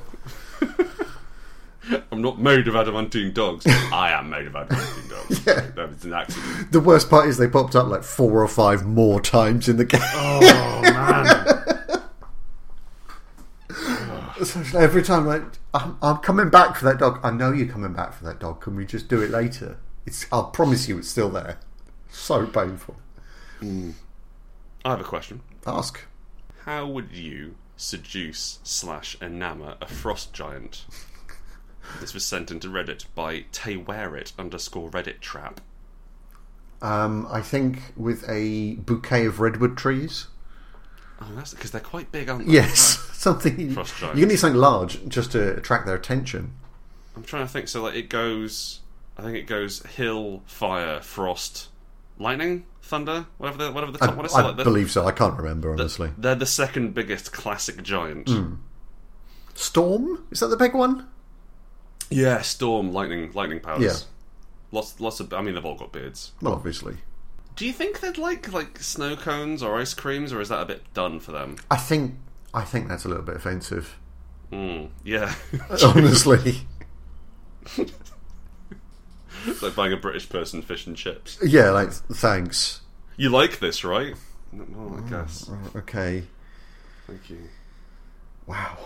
Speaker 1: I'm not made of adamantine dogs. I am made of adamantine dogs. That was an accident.
Speaker 2: The worst part is they popped up like four or five more times in the game.
Speaker 1: Oh man!
Speaker 2: So it's like every time, like I'm, I'm coming back for that dog. I know you're coming back for that dog. Can we just do it later? It's. I promise you, it's still there. So painful.
Speaker 1: I have a question.
Speaker 2: Ask.
Speaker 1: How would you seduce slash enamour a frost giant? This was sent into Reddit by Taywearit underscore Reddit trap.
Speaker 2: Um, I think with a bouquet of redwood trees.
Speaker 1: Oh, that's because they're quite big, aren't they?
Speaker 2: Yes, something. You
Speaker 1: Frost giant.
Speaker 2: you need something large just to attract their attention.
Speaker 1: I'm trying to think. So, like, it goes. I think it goes hill, fire, frost, lightning, thunder, whatever the whatever the
Speaker 2: I,
Speaker 1: top one is. So,
Speaker 2: I
Speaker 1: like, they're,
Speaker 2: believe so. I can't remember honestly.
Speaker 1: they're the second biggest classic giant.
Speaker 2: Hmm. Storm is that the big one?
Speaker 1: Yeah, storm, lightning, lightning powers.
Speaker 2: Yeah.
Speaker 1: Lots, lots of. I mean, they've all got beards.
Speaker 2: Well, obviously.
Speaker 1: Do you think they'd like like snow cones or ice creams, or is that a bit done for them?
Speaker 2: I think I think that's a little bit offensive.
Speaker 1: Mm, yeah,
Speaker 2: Honestly.
Speaker 1: it's like buying a British person fish and chips.
Speaker 2: Yeah, like thanks.
Speaker 1: You like this, right? Well, I guess.
Speaker 2: Right, Okay.
Speaker 1: Thank you.
Speaker 2: Wow.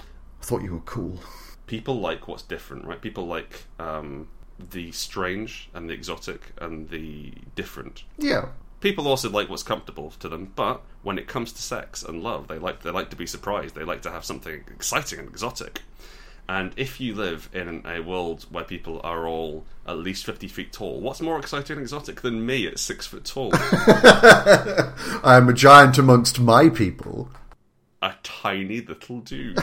Speaker 2: I thought you were cool.
Speaker 1: People like what's different, right? People like um, the strange and the exotic and the different.
Speaker 2: Yeah.
Speaker 1: People also like what's comfortable to them, but when it comes to sex and love, they like they like to be surprised. They like to have something exciting and exotic. And if you live in a world where people are all at least fifty feet tall, what's more exciting and exotic than me at six foot tall?
Speaker 2: I am a giant amongst my people.
Speaker 1: a tiny little dude.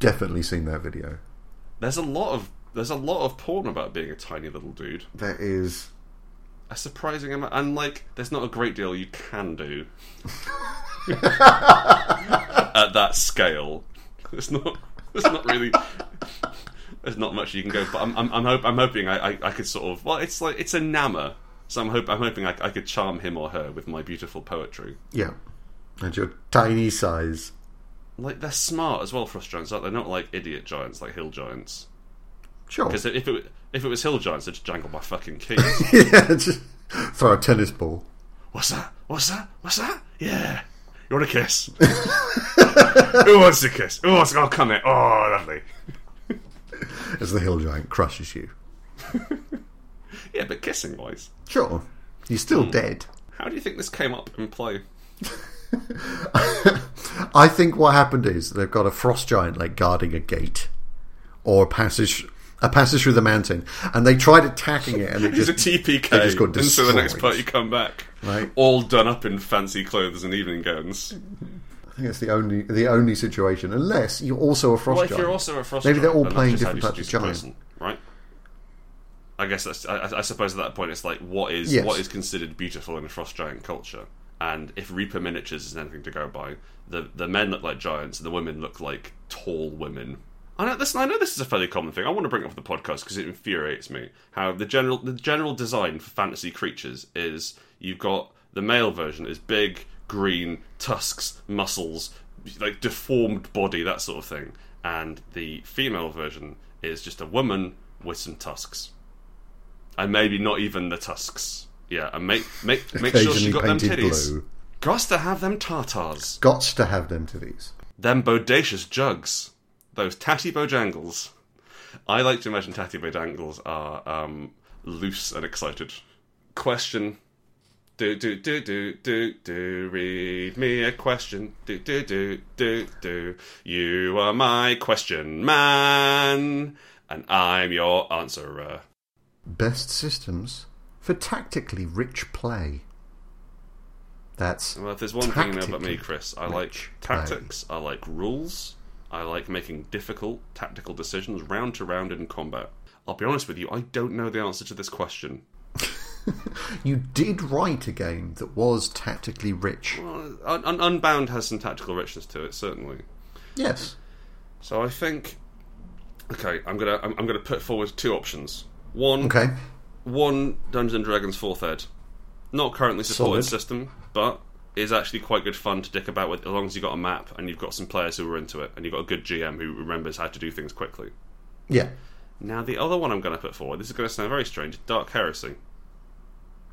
Speaker 2: Definitely seen that video.
Speaker 1: There's a lot of there's a lot of porn about being a tiny little dude.
Speaker 2: That is
Speaker 1: A surprising amount, and like there's not a great deal you can do at that scale. There's not there's not really there's not much you can go. But I'm I'm, I'm, hope, I'm hoping I, I I could sort of well it's like it's a nammer. So I'm hope I'm hoping I, I could charm him or her with my beautiful poetry.
Speaker 2: yeah. And your tiny size.
Speaker 1: Like they're smart as well, frost giants. Aren't they? They're not like idiot giants, like hill giants.
Speaker 2: Sure.
Speaker 1: Because if it if it was hill giants, I'd just jangle my fucking keys.
Speaker 2: yeah, just throw a tennis ball.
Speaker 1: What's that? What's that? What's that? Yeah. You want a kiss? Who wants to kiss? Who wants? Oh, come here. Oh, lovely.
Speaker 2: as the hill giant crushes you.
Speaker 1: Yeah, but kissing wise,
Speaker 2: Sure.
Speaker 1: Hmm.
Speaker 2: You're still dead.
Speaker 1: how do you think this came up in play?
Speaker 2: I think what happened is they've got a frost giant like guarding a gate or a passage a passage through the mountain and they tried attacking it and it
Speaker 1: It's a
Speaker 2: just
Speaker 1: TPK
Speaker 2: just got
Speaker 1: until the next
Speaker 2: destroyed.
Speaker 1: part you come back,
Speaker 2: Right.
Speaker 1: all done up in fancy clothes and evening gowns.
Speaker 2: I think it's the only the only situation unless you're also a frost
Speaker 1: Well, if
Speaker 2: giant.
Speaker 1: you're also a frost
Speaker 2: Maybe they're
Speaker 1: giant, then
Speaker 2: all
Speaker 1: that's
Speaker 2: playing
Speaker 1: just how
Speaker 2: different
Speaker 1: you
Speaker 2: types of
Speaker 1: seduce a
Speaker 2: giant.
Speaker 1: person, right? I guess that's, I, I suppose at that point it's like what is
Speaker 2: Yes.
Speaker 1: what is considered beautiful in frost giant culture, and if Reaper miniatures is anything to go by, the the men look like giants and the women look like tall women. I know this. I know this is a fairly common thing. I want to bring it up for the podcast because it infuriates me how the general the general design for fantasy creatures is you've got the male version is big, green, tusks, muscles, like deformed body, that sort of thing, and the female version is just a woman with some tusks and maybe not even the tusks. Yeah, and make make make sure she
Speaker 2: Occasionally
Speaker 1: got them
Speaker 2: painted
Speaker 1: titties.
Speaker 2: blue.
Speaker 1: Gots to have them tartars,
Speaker 2: Gots to have them to these.
Speaker 1: them bodacious jugs, those tatty bojangles. I like to imagine tatty bojangles are um, loose and excited. Question. Do do do do do do read me a question. Do do do do do. You are my question man, and I'm your answerer.
Speaker 2: Best systems for tactically rich play. That's
Speaker 1: Well, if there's one thing you know about me,
Speaker 2: Tactically
Speaker 1: Chris, I like
Speaker 2: rich
Speaker 1: tactics. I like rules. I like making difficult tactical decisions round to round in combat. I'll be honest with you, I don't know the answer to this question.
Speaker 2: you did write a game that was tactically rich.
Speaker 1: Well, Uh, Un- Un- Unbound has some tactical richness to it, certainly.
Speaker 2: Yes.
Speaker 1: So I think, okay, I'm gonna I'm, I'm gonna put forward two options. One,
Speaker 2: Okay.
Speaker 1: one Dungeons and Dragons fourth ed, not currently supported
Speaker 2: Solid.
Speaker 1: system, but is actually quite good fun to dick about with as long as you've got a map and you've got some players who are into it and you've got a good GM who remembers how to do things quickly.
Speaker 2: Yeah.
Speaker 1: Now the other one I'm going to put forward, this is going to sound very strange, Dark Heresy.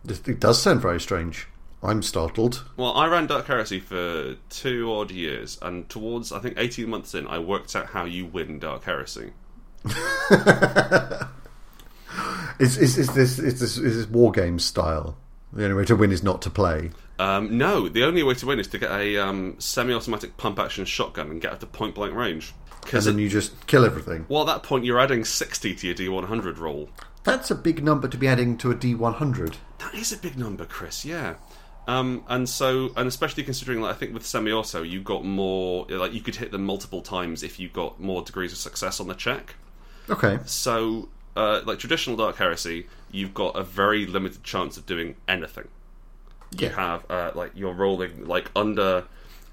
Speaker 2: This- It does sound very strange. I'm startled.
Speaker 1: Well, I ran Dark Heresy for two odd years, and towards I think 18 months in, I worked out how you win Dark Heresy.
Speaker 2: Is is, is this is this is this war game style? The only way to win is not to play.
Speaker 1: Um, no, the only way to win is to get a um, semi-automatic pump-action shotgun and get up to point-blank range.
Speaker 2: And
Speaker 1: Because
Speaker 2: then you just kill everything.
Speaker 1: Well, at that point, you're adding 60 to your D100 roll.
Speaker 2: That's a big number to be adding to a D100.
Speaker 1: That is a big number, Chris, yeah. Um, and so, and especially considering, like, I think with semi auto, you got more, like, you could hit them multiple times if you got more degrees of success on the check.
Speaker 2: Okay.
Speaker 1: So, uh, like, traditional Dark Heresy, you've got a very limited chance of doing anything. You
Speaker 2: Yeah.
Speaker 1: have, uh, like, you're rolling, like, under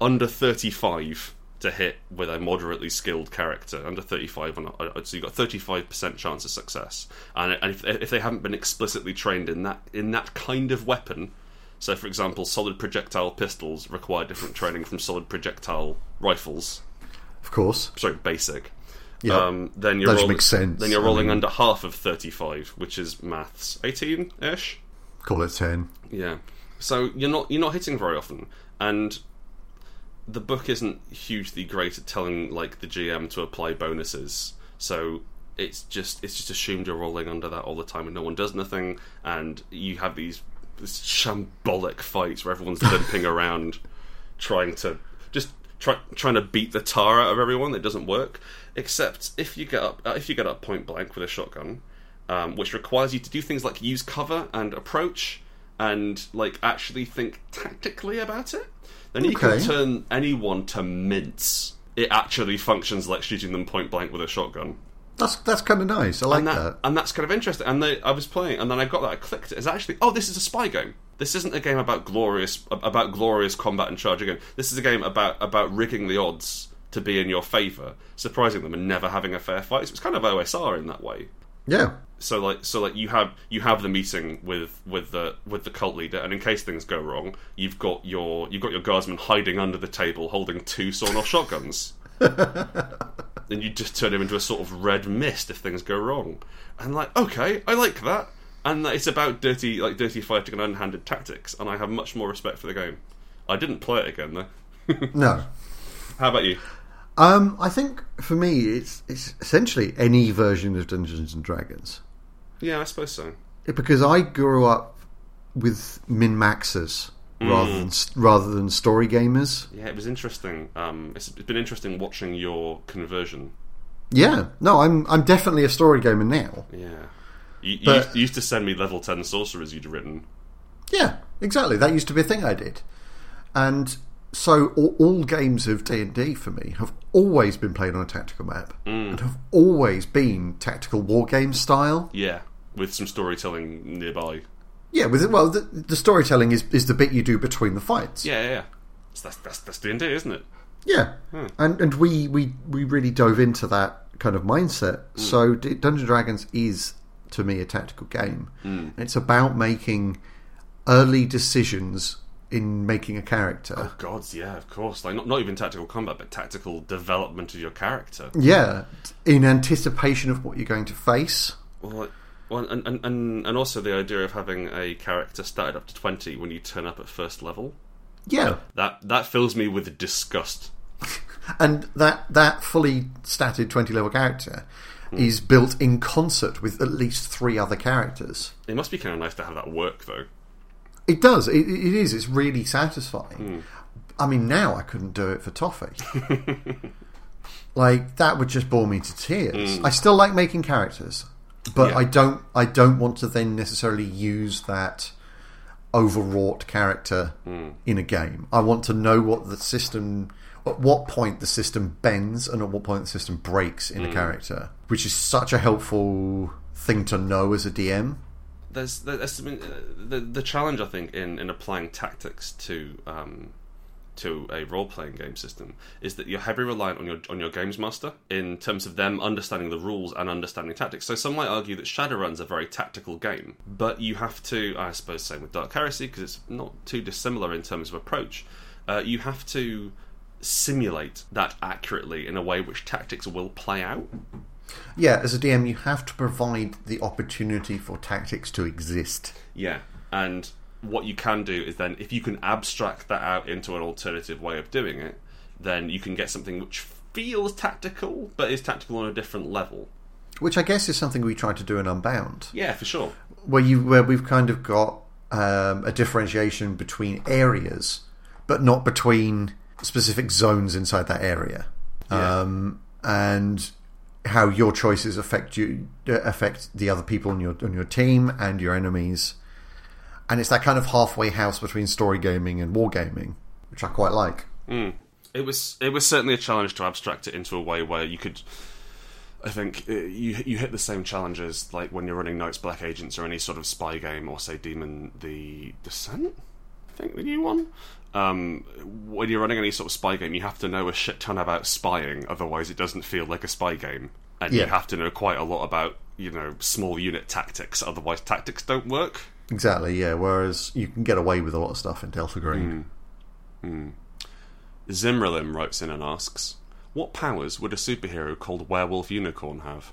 Speaker 1: under 35 to hit with a moderately skilled character under 35 on a, so you've got 35% chance of success and, and if, if they haven't been explicitly trained in that in that kind of weapon so for example solid projectile pistols require different training from solid projectile rifles
Speaker 2: Of course.
Speaker 1: sorry basic
Speaker 2: Yeah.
Speaker 1: um, then you're
Speaker 2: That
Speaker 1: rolling,
Speaker 2: makes sense.
Speaker 1: then you're rolling
Speaker 2: I mean-
Speaker 1: under half of 35 which is maths 18 ish
Speaker 2: Call it 10.
Speaker 1: yeah. So you're not you're not hitting very often, and the book isn't hugely great at telling like the GM to apply bonuses. So it's just it's just assumed you're rolling under that all the time, and no one does nothing, and you have these this shambolic fights where everyone's limping around, trying to just try, trying to beat the tar out of everyone. It doesn't work, except if you get up uh, if you get up point blank with a shotgun, um, which requires you to do things like use cover and approach and like actually think tactically about it, then you can
Speaker 2: Okay.
Speaker 1: turn anyone to mince. It actually functions like shooting them point blank with a shotgun.
Speaker 2: That's that's kind of nice. I like
Speaker 1: And, that,
Speaker 2: that.
Speaker 1: and that's kind of interesting. And they, I was playing, and then I got that. I clicked it. It's actually, oh, this is a spy game. This isn't a game about glorious about glorious combat and charging. Game. This is a game about about rigging the odds to be in your favor, surprising them, and never having a fair fight. So it's kind of OSR in that way
Speaker 2: Yeah.
Speaker 1: so like so like you have you have the meeting with with the with the cult leader and in case things go wrong you've got your you've got your guardsman hiding under the table holding two sawn-off shotguns and you just turn him into a sort of red mist if things go wrong and like okay i like that and that it's about dirty like dirty fighting and unhanded tactics and i have much more respect for the game i didn't play it again though
Speaker 2: No.
Speaker 1: how about you
Speaker 2: Um, I think for me, it's it's essentially any version of Dungeons and Dragons
Speaker 1: yeah i suppose so
Speaker 2: It- because I grew up with min maxers rather than rather than story gamers.
Speaker 1: yeah it was interesting um it's, it's been interesting watching your conversion
Speaker 2: Yeah, no, I'm I'm definitely a story gamer now.
Speaker 1: Yeah. You, you,
Speaker 2: But-
Speaker 1: used, you used to send me level 10 sorcerers you'd written.
Speaker 2: Yeah, exactly. That used to be a thing I did, and so all, all games of D and D for me have always been played on a tactical map and have always been tactical war game style.
Speaker 1: Yeah. With some storytelling nearby.
Speaker 2: Yeah, with well, the, the storytelling is is the bit you do between the fights.
Speaker 1: Yeah, yeah, yeah. So that's, that's, that's D&D, isn't it?
Speaker 2: Yeah, and and we, we we really dove into that kind of mindset. So D- Dungeons and Dragons is to me a tactical game. And It's about making early decisions in making a character.
Speaker 1: Gods, yeah, of course. Like, not, not even tactical combat, but tactical development of your character.
Speaker 2: Yeah, in anticipation of what you're going to face.
Speaker 1: Well, like- well and, and, and, and also the idea of having a character started up to 20 when you turn up at first level.
Speaker 2: Yeah,
Speaker 1: That, that fills me with disgust.
Speaker 2: and that that fully statted twenty level character is built in concert with at least three other characters.
Speaker 1: It must be kind of nice to have that work, though.
Speaker 2: It does. It, it is. It's really satisfying. I mean, now I couldn't do it for toffee. like that would just bore me to tears. I still like making characters, but
Speaker 1: Yeah.
Speaker 2: I don't. I don't want to then necessarily use that overwrought character in a game. I want to know what the system. At what point the system bends and at what point the system breaks in a character, which is such a helpful thing to know as a DM.
Speaker 1: there's there's been, uh, the the challenge I think in, in applying tactics to um, to a role playing game system is that you're heavily reliant on your on your games master in terms of them understanding the rules and understanding tactics. So some might argue that Shadowrun's a very tactical game, but you have to I suppose same with Dark Heresy because it's not too dissimilar in terms of approach. Uh, you have to simulate that accurately in a way which tactics will play out.
Speaker 2: Yeah, as a DM, you have to provide the opportunity for tactics to exist.
Speaker 1: Yeah, and what you can do is then if you can abstract that out into an alternative way of doing it, then you can get something which feels tactical but is tactical on a different level.
Speaker 2: Which I guess is something we try to do in Unbound,
Speaker 1: Yeah, for sure.
Speaker 2: where you where we've kind of got um, a differentiation between areas, but not between specific zones inside that area,
Speaker 1: Yeah.
Speaker 2: um, and how your choices affect you uh, affect the other people on your on your team and your enemies, and it's that kind of halfway house between story gaming and war gaming, which I quite like.
Speaker 1: It was it was certainly a challenge to abstract it into a way where you could. I think uh, you you hit the same challenges like when you're running Knights Black Agents or any sort of spy game or say Demon the Descent. think the new one. Um, when you're running any sort of spy game, you have to know a shit ton about spying, otherwise it doesn't feel like a spy game. And you
Speaker 2: Yeah.
Speaker 1: have to know quite a lot about you know small unit tactics, otherwise tactics don't work.
Speaker 2: Exactly, yeah. Whereas you can get away with a lot of stuff in Delta Green.
Speaker 1: Zimmerlim writes in and asks, "What powers would a superhero called Werewolf Unicorn have?"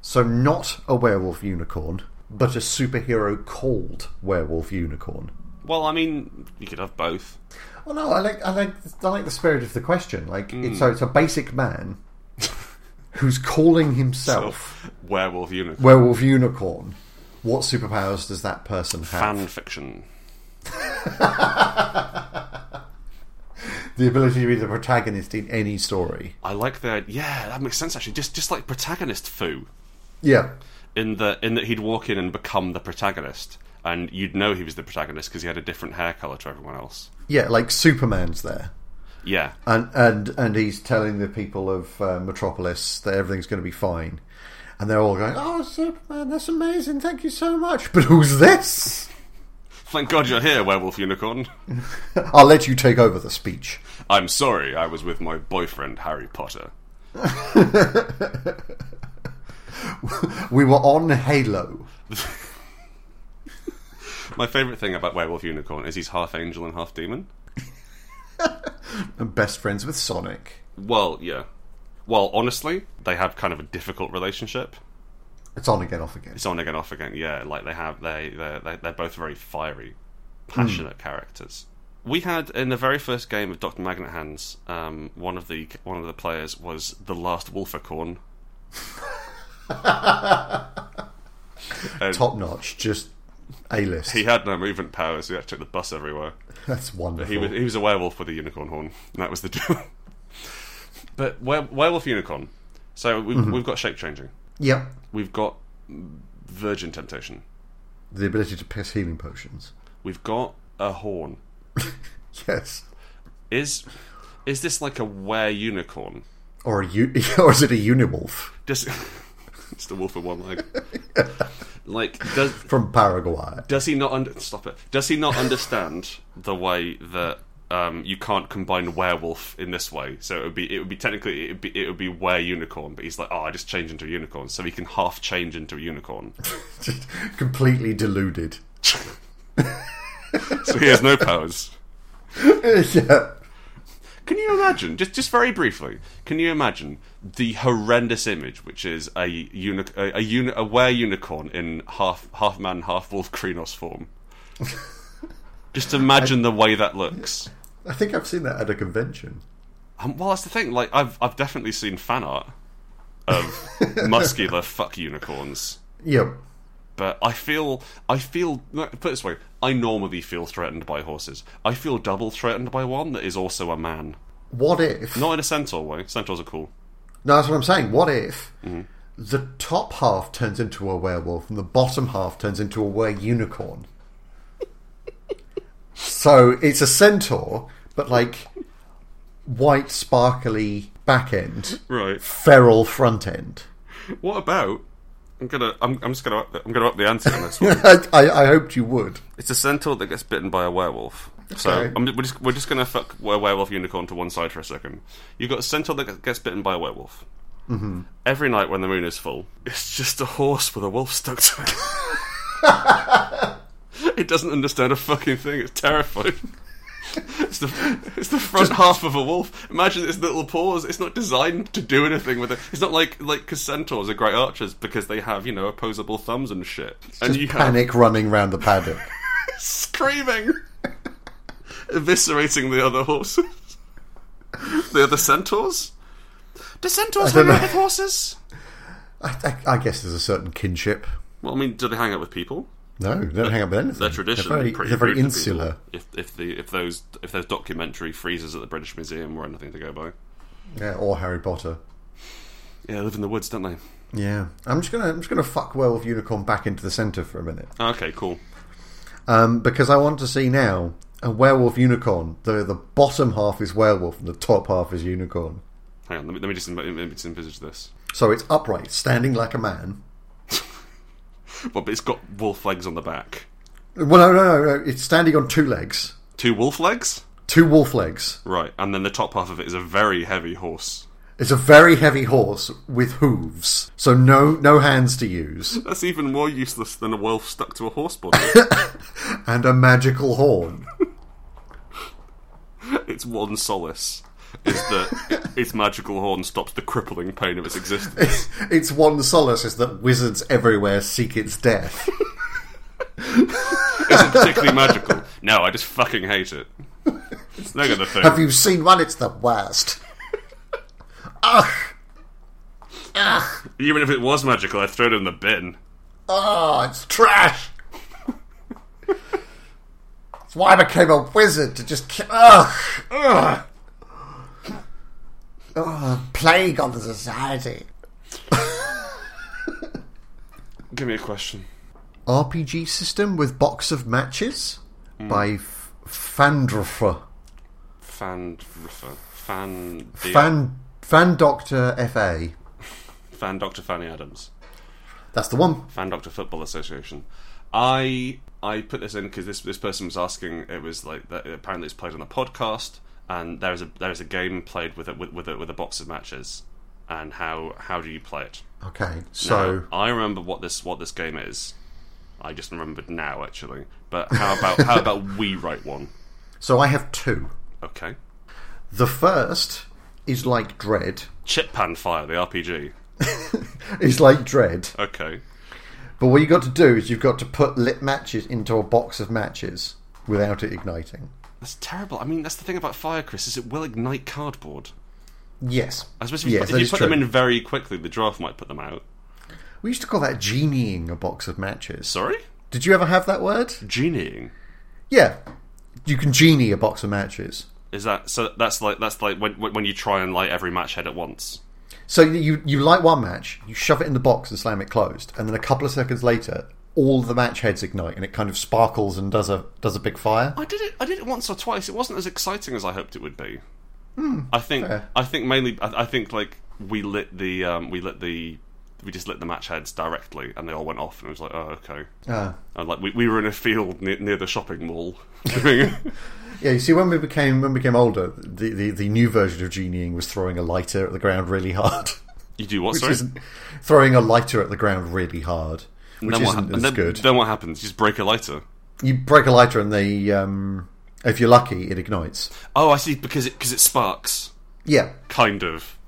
Speaker 2: So, not a werewolf unicorn, but a superhero called Werewolf Unicorn.
Speaker 1: Well, I mean, you could have both.
Speaker 2: Well, no, I like, I like, I like the spirit of the question. Like, it's, so it's a basic man who's calling himself
Speaker 1: Werewolf Unicorn.
Speaker 2: Werewolf Unicorn. What superpowers does that person have?
Speaker 1: Fan fiction.
Speaker 2: The ability to be the protagonist in any story.
Speaker 1: I like that. Yeah, that makes sense actually. Just just like protagonist foo,
Speaker 2: Yeah,
Speaker 1: in the in that he'd walk in and become the protagonist, and you'd know he was the protagonist because he had a different hair color to everyone else.
Speaker 2: yeah, like Superman's there.
Speaker 1: Yeah,
Speaker 2: and and and he's telling the people of uh, Metropolis that everything's going to be fine, and they're all going, "Oh, Superman, that's amazing! Thank you so much." But who's this?
Speaker 1: thank God you're here, werewolf unicorn.
Speaker 2: I'll let you take over the speech.
Speaker 1: I'm sorry, I was with my boyfriend Harry Potter.
Speaker 2: We were on Halo.
Speaker 1: My favorite thing about werewolf unicorn is he's half angel and half demon.
Speaker 2: and best friends with Sonic.
Speaker 1: Well, yeah. Well, honestly, they have kind of a difficult relationship.
Speaker 2: It's on again, off again.
Speaker 1: It's on again, off again. Yeah, like they have they they they- they're both very fiery, passionate characters. We had in the very first game of Doctor Magnet Hands, um, one of the one of the players was the last Wolficorn.
Speaker 2: Top notch, just a list.
Speaker 1: He had no movement powers. He had to take the bus everywhere.
Speaker 2: That's wonderful.
Speaker 1: He was he was a werewolf with a unicorn horn. And that was the deal. but were, werewolf unicorn. So we, we've got shape changing.
Speaker 2: Yep,
Speaker 1: We've got virgin temptation.
Speaker 2: the ability to piss healing potions.
Speaker 1: We've got a horn.
Speaker 2: Yes,
Speaker 1: Is is this like a were unicorn?
Speaker 2: or a u- or is it a Uniwolf
Speaker 1: Just it's the wolf with one leg. Like does
Speaker 2: from Paraguay?
Speaker 1: does he not under, stop it? Does he not understand the way that um, you can't combine werewolf in this way? So it would be it would be technically it would be it would be were unicorn, but he's like, oh, I just change into a unicorn, so he can half change into a unicorn.
Speaker 2: Just completely deluded.
Speaker 1: so he has no powers.
Speaker 2: yeah.
Speaker 1: Can you imagine, just just very briefly, can you imagine the horrendous image, which is a uni- a, a, uni- a were unicorn in half half man, half wolf Krenos form? just imagine the way that looks.
Speaker 2: I think I've seen that at a convention.
Speaker 1: Um, well, that's the thing. Like, I've I've definitely seen fan art of muscular fuck unicorns,
Speaker 2: Yeah,
Speaker 1: but I feel I feel no, put it this way, I normally feel threatened by horses. I feel double threatened by one that is also a man.
Speaker 2: What if?
Speaker 1: Not in a centaur way. Centaurs are cool.
Speaker 2: No, that's what I'm saying. What if
Speaker 1: Mm-hmm.
Speaker 2: the top half turns into a werewolf and the bottom half turns into a were unicorn? so it's a centaur, but like white, sparkly back end,
Speaker 1: Right.
Speaker 2: feral front end.
Speaker 1: What about? I'm gonna. I'm, I'm just gonna. Up the, I'm gonna up the ante on this one.
Speaker 2: I, I, I hoped you would.
Speaker 1: it's a centaur that gets bitten by a werewolf. So
Speaker 2: Okay.
Speaker 1: I'm, we're just we're just gonna fuck were- werewolf unicorn to one side for a second. You've got a centaur that gets bitten by a werewolf. Mm-hmm. Every night when the moon is full, it's just a horse with a wolf stuck to it. it doesn't understand a fucking thing. It's terrifying. It's the, it's the front half of a wolf. Imagine its little paws. It's not designed to do anything with it. It's not like like because centaurs are great archers because they have you know opposable thumbs and shit. and you have
Speaker 2: Panic running round the paddock.
Speaker 1: screaming, eviscerating the other horses, the other centaurs. Do centaurs
Speaker 2: don't
Speaker 1: hang out
Speaker 2: know.
Speaker 1: with horses?
Speaker 2: I, I, I guess there's a certain kinship.
Speaker 1: Well, I mean, do they hang out with people?
Speaker 2: No, they don't hang up with anything.
Speaker 1: Their tradition,
Speaker 2: They're very,
Speaker 1: pretty
Speaker 2: they're very
Speaker 1: rude to people.
Speaker 2: insular.
Speaker 1: If if the if those if those documentary freezers at the British Museum were anything to go by,
Speaker 2: Yeah, or Harry Potter.
Speaker 1: yeah, they live in the woods, don't they?
Speaker 2: Yeah, I'm just gonna I'm just gonna fuck werewolf unicorn back into the center for a minute,
Speaker 1: Ah, Okay, cool.
Speaker 2: um, because I want to see now a werewolf unicorn. The the bottom half is werewolf and the top half is unicorn.
Speaker 1: Hang on, let me, let me just let me just envisage this.
Speaker 2: So it's upright, standing like a man.
Speaker 1: Well, but it's got wolf legs on the back.
Speaker 2: Well, no, no, no, no. It's standing on two legs.
Speaker 1: Two wolf legs?
Speaker 2: Two wolf legs.
Speaker 1: Right. And then the top half of it is a very heavy horse.
Speaker 2: It's a very heavy horse with hooves, so no no hands to use,
Speaker 1: That's even more useless than a wolf stuck to a horse body.
Speaker 2: and a magical horn.
Speaker 1: its one solace is that its magical horn stops the crippling pain of its existence.
Speaker 2: its one solace is that wizards everywhere seek its death.
Speaker 1: Is it particularly magical? No, I just fucking hate it. Look at the thing.
Speaker 2: Have you seen one? It's the worst.
Speaker 1: Even if it was magical, I'd throw it in the bin.
Speaker 2: Oh, it's trash. That's why I became a wizard to just ki- ugh, ugh. Oh, plague on the society.
Speaker 1: Give me a question.
Speaker 2: RPG system with box of matches by F- Fandrfa.
Speaker 1: Fan. Fan.
Speaker 2: Fan Fan Doctor FA.
Speaker 1: Fan Dr. Fanny Adams.
Speaker 2: That's the one.
Speaker 1: Fan Doctor Football Association. I I put this in because this this person was asking. It was like that, apparently it's played on a podcast, and there is a there is a game played with a with, with a with a box of matches, and how how do you play it?
Speaker 2: Okay, so
Speaker 1: Now, I remember what this what this game is. I just remembered now actually. But how about how about we write one?
Speaker 2: so I have two.
Speaker 1: Okay.
Speaker 2: The first is like Dread.
Speaker 1: Chip Pan Fire, the RPG.
Speaker 2: Is like Dread.
Speaker 1: Okay.
Speaker 2: But what you got to do is you've got to put lit matches into a box of matches without it igniting.
Speaker 1: That's terrible. I mean, that's the thing about fire, Chris, is it will ignite cardboard.
Speaker 2: Yes.
Speaker 1: I suppose if you
Speaker 2: Yes,
Speaker 1: put,
Speaker 2: that
Speaker 1: if you
Speaker 2: is
Speaker 1: put
Speaker 2: true.
Speaker 1: them in very quickly, the draft might put them out.
Speaker 2: We used to call that genieing a box of matches.
Speaker 1: Sorry?
Speaker 2: Did you ever have that word?
Speaker 1: Genieing.
Speaker 2: Yeah. You can genie a box of matches.
Speaker 1: Is that so? That's like that's like when when when you try and light every match head at once.
Speaker 2: So you, you light one match, you shove it in the box and slam it closed, and then a couple of seconds later, all the match heads ignite and it kind of sparkles and does a does a big fire.
Speaker 1: I did it. I did it once or twice. It wasn't as exciting as I hoped it would be.
Speaker 2: Hmm,
Speaker 1: I think. I think mainly. I, I think like we lit the. Um, we lit the. We just lit the match heads directly, and they all went off, and it was like, oh, okay.
Speaker 2: Ah.
Speaker 1: And like we, we were in a field near, near the shopping mall. doing it.
Speaker 2: Yeah, you see, when we became when we became older, the, the, the new version of genieing was throwing a lighter at the ground really hard,
Speaker 1: you do what?
Speaker 2: which
Speaker 1: sorry?
Speaker 2: isn't throwing a lighter at the ground really hard,
Speaker 1: then
Speaker 2: which
Speaker 1: what
Speaker 2: isn't
Speaker 1: hap-
Speaker 2: as
Speaker 1: then,
Speaker 2: good.
Speaker 1: Then what happens? You just break a lighter.
Speaker 2: You break a lighter and they, um, if you're lucky, it ignites.
Speaker 1: Oh, I see. Because it because it sparks.
Speaker 2: Yeah,
Speaker 1: Kind of.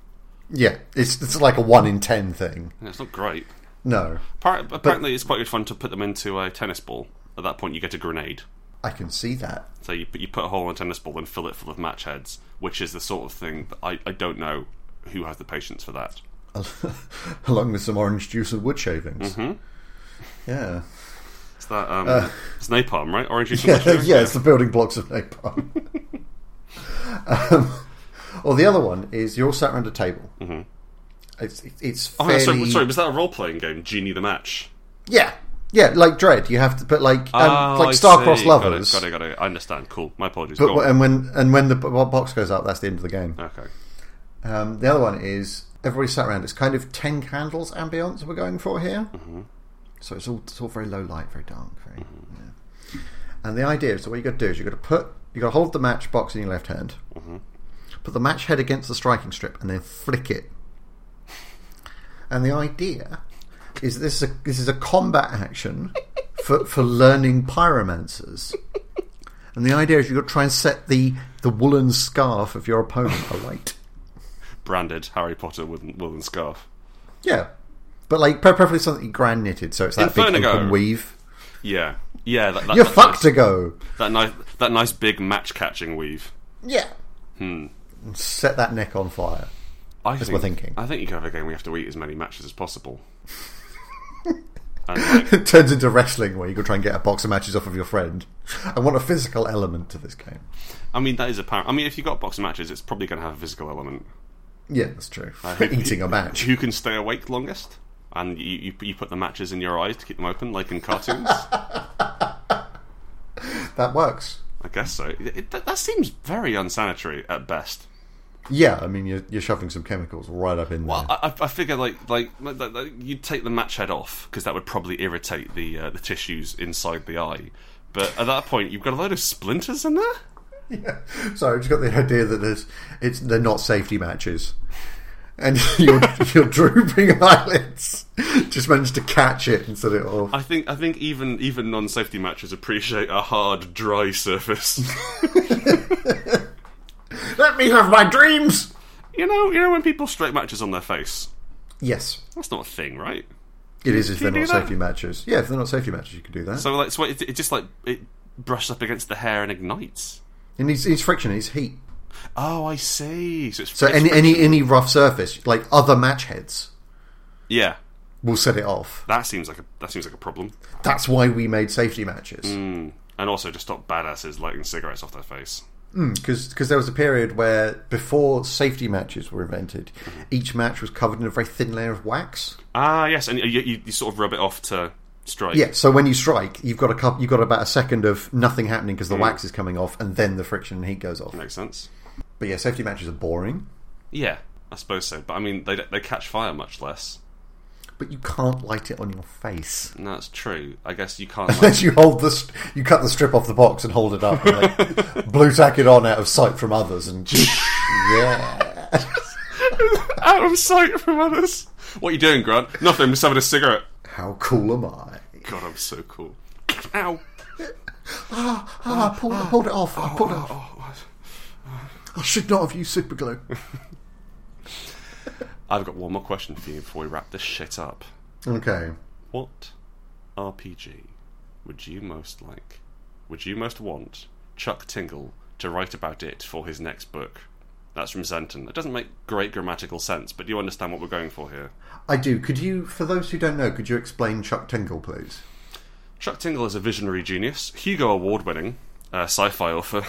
Speaker 2: yeah, it's it's like a one in ten thing.
Speaker 1: Yeah, it's not great.
Speaker 2: No,
Speaker 1: Appar- Apparently, it's quite good fun to put them into a tennis ball. At that point, you get a grenade.
Speaker 2: I can see that.
Speaker 1: So you put, you put a hole in a tennis ball and fill it full of match heads, which is the sort of thing that I, I don't know who has the patience for that.
Speaker 2: Along with some orange juice and wood shavings.
Speaker 1: Mm-hmm.
Speaker 2: Yeah.
Speaker 1: It's that um, it's napalm, right? Orange juice. and
Speaker 2: Uh, yeah,
Speaker 1: mushroom?
Speaker 2: it's the building blocks of napalm. um, or the other one is you're all sat around a table. Mm-hmm. It's it's
Speaker 1: Oh, no,
Speaker 2: fairly
Speaker 1: sorry, sorry, was that a role-playing game? Genie the match.
Speaker 2: yeah yeah like dread. You have to put like um,
Speaker 1: Oh, I
Speaker 2: like star-crossed
Speaker 1: see. Got it,
Speaker 2: lovers.
Speaker 1: Got it, got it, I understand. Cool. My apologies.
Speaker 2: But
Speaker 1: Go on.
Speaker 2: and when and when the b- box goes up, that's the end of the game.
Speaker 1: okay.
Speaker 2: Um, the other one is everybody sat around. It's kind of ten candles ambience we're going for here. So it's all it's all very low light, very dark. Very, yeah. And the idea is that what you got to do is you got to put you got to hold the match box in your left hand, put the match head against the striking strip, and then flick it. And the idea is this is a, this is a combat action for for learning pyromancers. And the idea is you've got to try and set the, the woolen scarf of your opponent alight.
Speaker 1: Branded Harry Potter with woolen scarf.
Speaker 2: Yeah, but like pre- preferably something grand knitted, so it's that big
Speaker 1: Infernago.
Speaker 2: open weave.
Speaker 1: Yeah, yeah. That, that,
Speaker 2: You're
Speaker 1: that
Speaker 2: fucked to
Speaker 1: Nice,
Speaker 2: go.
Speaker 1: that nice, that nice big match-catching weave.
Speaker 2: Yeah. Hmm. Set that neck on fire.
Speaker 1: I That's
Speaker 2: my thinking.
Speaker 1: I think you could have a game where you have to eat as many matches as possible. and like,
Speaker 2: It turns into wrestling where you go try and get a box of matches off of your friend. I want a physical element to this game.
Speaker 1: I mean, that is apparent. I mean, if you've got box matches, it's probably going to have a physical element.
Speaker 2: Yeah, that's true.
Speaker 1: Who-
Speaker 2: Eating a match.
Speaker 1: Who can stay awake longest? And you, you, you put the matches in your eyes to keep them open, like in cartoons?
Speaker 2: That works.
Speaker 1: I guess so. It, it- that, that seems very unsanitary at best.
Speaker 2: Yeah, I mean you're, you're shoving some chemicals right up in there.
Speaker 1: I, I I figure, like, like, like, like, like, you'd take the match head off because that would probably irritate the uh, the tissues inside the eye. But at that point, you've got a load of splinters in there.
Speaker 2: Yeah. Sorry, I've just got the idea that there's it's they're not safety matches. And your, your drooping eyelids just managed to catch it and set it off.
Speaker 1: I think I think even even non-safety matches appreciate a hard, dry surface.
Speaker 2: Let me have my dreams!
Speaker 1: you know, you know when people straight matches on their face.
Speaker 2: Yes,
Speaker 1: That's not a thing, right?
Speaker 2: it is if
Speaker 1: Can you
Speaker 2: they're not
Speaker 1: do that?
Speaker 2: safety matches. Yeah, if they're not safety matches, you could do that.
Speaker 1: So like, so it, it just like it brushes up against the hair and ignites.
Speaker 2: it needs, it needs friction, it needs heat.
Speaker 1: Oh, I see. So, it's,
Speaker 2: So
Speaker 1: it's-
Speaker 2: any, any, any rough surface, like other match heads,
Speaker 1: yeah,
Speaker 2: will set it off.
Speaker 1: that seems like a that seems like a problem.
Speaker 2: That's why we made safety matches.
Speaker 1: Mm. And also to stop badasses lighting cigarettes off their face.
Speaker 2: because there was a period where before safety matches were invented, each match was covered in a very thin layer of wax.
Speaker 1: Ah, yes, and you, you, you sort of rub it off to strike.
Speaker 2: Yeah, so when you strike, you've got a couple, you've got about a second of nothing happening because the
Speaker 1: Mm.
Speaker 2: wax is coming off, and then the friction and heat goes off.
Speaker 1: makes sense.
Speaker 2: But yeah, safety matches are boring,
Speaker 1: Yeah, I suppose so. But I mean, they they catch fire much less.
Speaker 2: but you can't light it on your face
Speaker 1: And that's true. I guess you can't. Like,
Speaker 2: unless you hold the st- you cut the strip off the box and hold it up, and like blue tack it on out of sight from others, and yeah.
Speaker 1: out of sight from others. What are you doing, Grant? Nothing. I'm just having a cigarette.
Speaker 2: How cool am I?
Speaker 1: God, I'm so cool. Ow.
Speaker 2: Ah, pulled, pulled it off. I pulled it off.
Speaker 1: Oh, what?
Speaker 2: I should not have used super glue.
Speaker 1: I've got one more question for you before we wrap this shit up.
Speaker 2: Okay.
Speaker 1: What RPG would you most like? Would you most want Chuck Tingle to write about it for his next book? That's from Zenton. It doesn't make great grammatical sense, but you understand what we're going for here.
Speaker 2: I do. Could you, for those who don't know, could you explain Chuck Tingle, please?
Speaker 1: Chuck Tingle is a visionary genius, Hugo Award winning uh, sci fi author,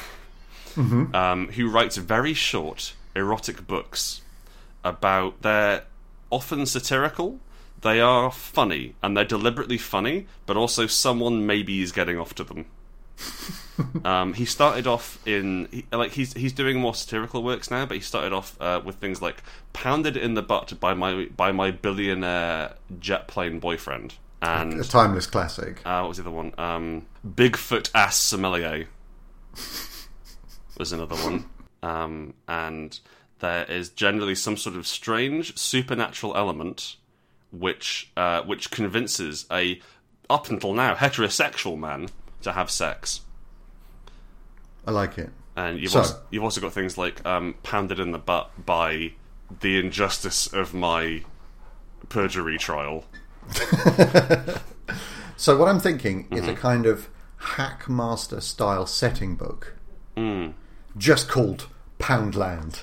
Speaker 1: um, who writes very short, erotic books about. They're often satirical, they are funny, and they're deliberately funny, but also someone maybe is getting off to them. um, he started off in he, like he's he's doing more satirical works now, but he started off uh, with things like "Pounded in the Butt" by my by my billionaire jet plane boyfriend, and
Speaker 2: A timeless classic.
Speaker 1: uh, what was the other one? Um, Bigfoot ass sommelier was another one. Um, and there is generally some sort of strange supernatural element which uh, which convinces a up until now heterosexual man to have sex.
Speaker 2: I like it.
Speaker 1: And you've
Speaker 2: So-
Speaker 1: also, you've also got things like um, pounded in the butt by the injustice of my perjury trial.
Speaker 2: So what I'm thinking is a kind of hackmaster style setting book, just called Poundland.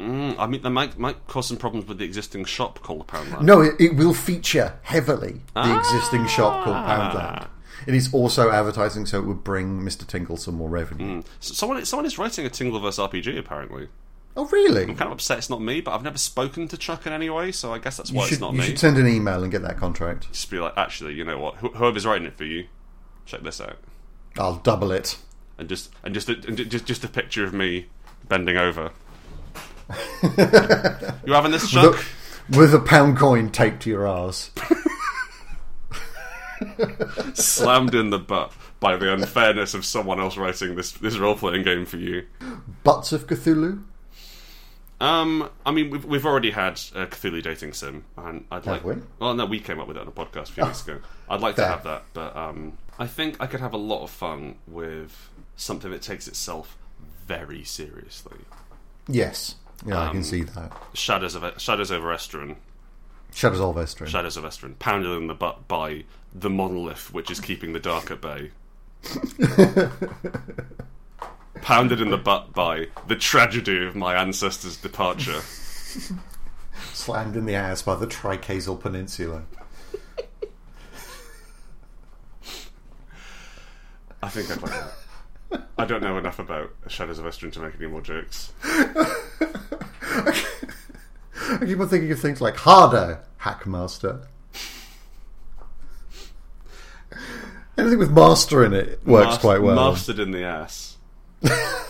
Speaker 1: Mm, I mean, that might might cause some problems with the existing shop called Poundland.
Speaker 2: No, it, it will feature heavily the
Speaker 1: Ah.
Speaker 2: existing shop called Poundland. It is also advertising, so it would bring Mr. Tingle some more revenue.
Speaker 1: S- Someone, someone is writing a Tingleverse RPG. Apparently,
Speaker 2: Oh, really?
Speaker 1: kind of upset it's not me, but I've never spoken to Chuck in any way, so I guess that's
Speaker 2: You
Speaker 1: why
Speaker 2: should,
Speaker 1: it's not
Speaker 2: you
Speaker 1: me.
Speaker 2: should send an email and get that contract.
Speaker 1: Just be like, actually, you know what? Wh- Whoever's writing it for you, check this out,
Speaker 2: I'll double it.
Speaker 1: and just and just a, and ju- just just a picture of me bending over. you having this, Chuck?
Speaker 2: Look, with a pound coin taped to your arse.
Speaker 1: Slammed in the butt by the unfairness of someone else writing this this role playing game for you.
Speaker 2: Butts of Cthulhu?
Speaker 1: Um, I mean, we've we've already had a Cthulhu dating sim, and I'd like.
Speaker 2: we? Oh,
Speaker 1: Well, no, we came up with it on a podcast a few weeks ago. I'd like to
Speaker 2: Fair.
Speaker 1: have that, but um, I think I could have a lot of fun with something that takes itself very seriously.
Speaker 2: Yes. Yeah,
Speaker 1: Um,
Speaker 2: I can see that.
Speaker 1: Shadows of Shadows over Estrin,
Speaker 2: Shadows of Estrin.
Speaker 1: Shadows of Estrin, pounded in the butt by the monolith, which is keeping the dark at bay. pounded in the butt by the tragedy of my ancestors' departure.
Speaker 2: Slammed in the ass by the Tricasal Peninsula.
Speaker 1: I think I'd like that. I don't know enough about Shadows of Estrin to make any more jokes.
Speaker 2: I keep on thinking of things like harder, Hackmaster. Anything with master in it works
Speaker 1: Mas-
Speaker 2: quite well.
Speaker 1: Mastered in the ass.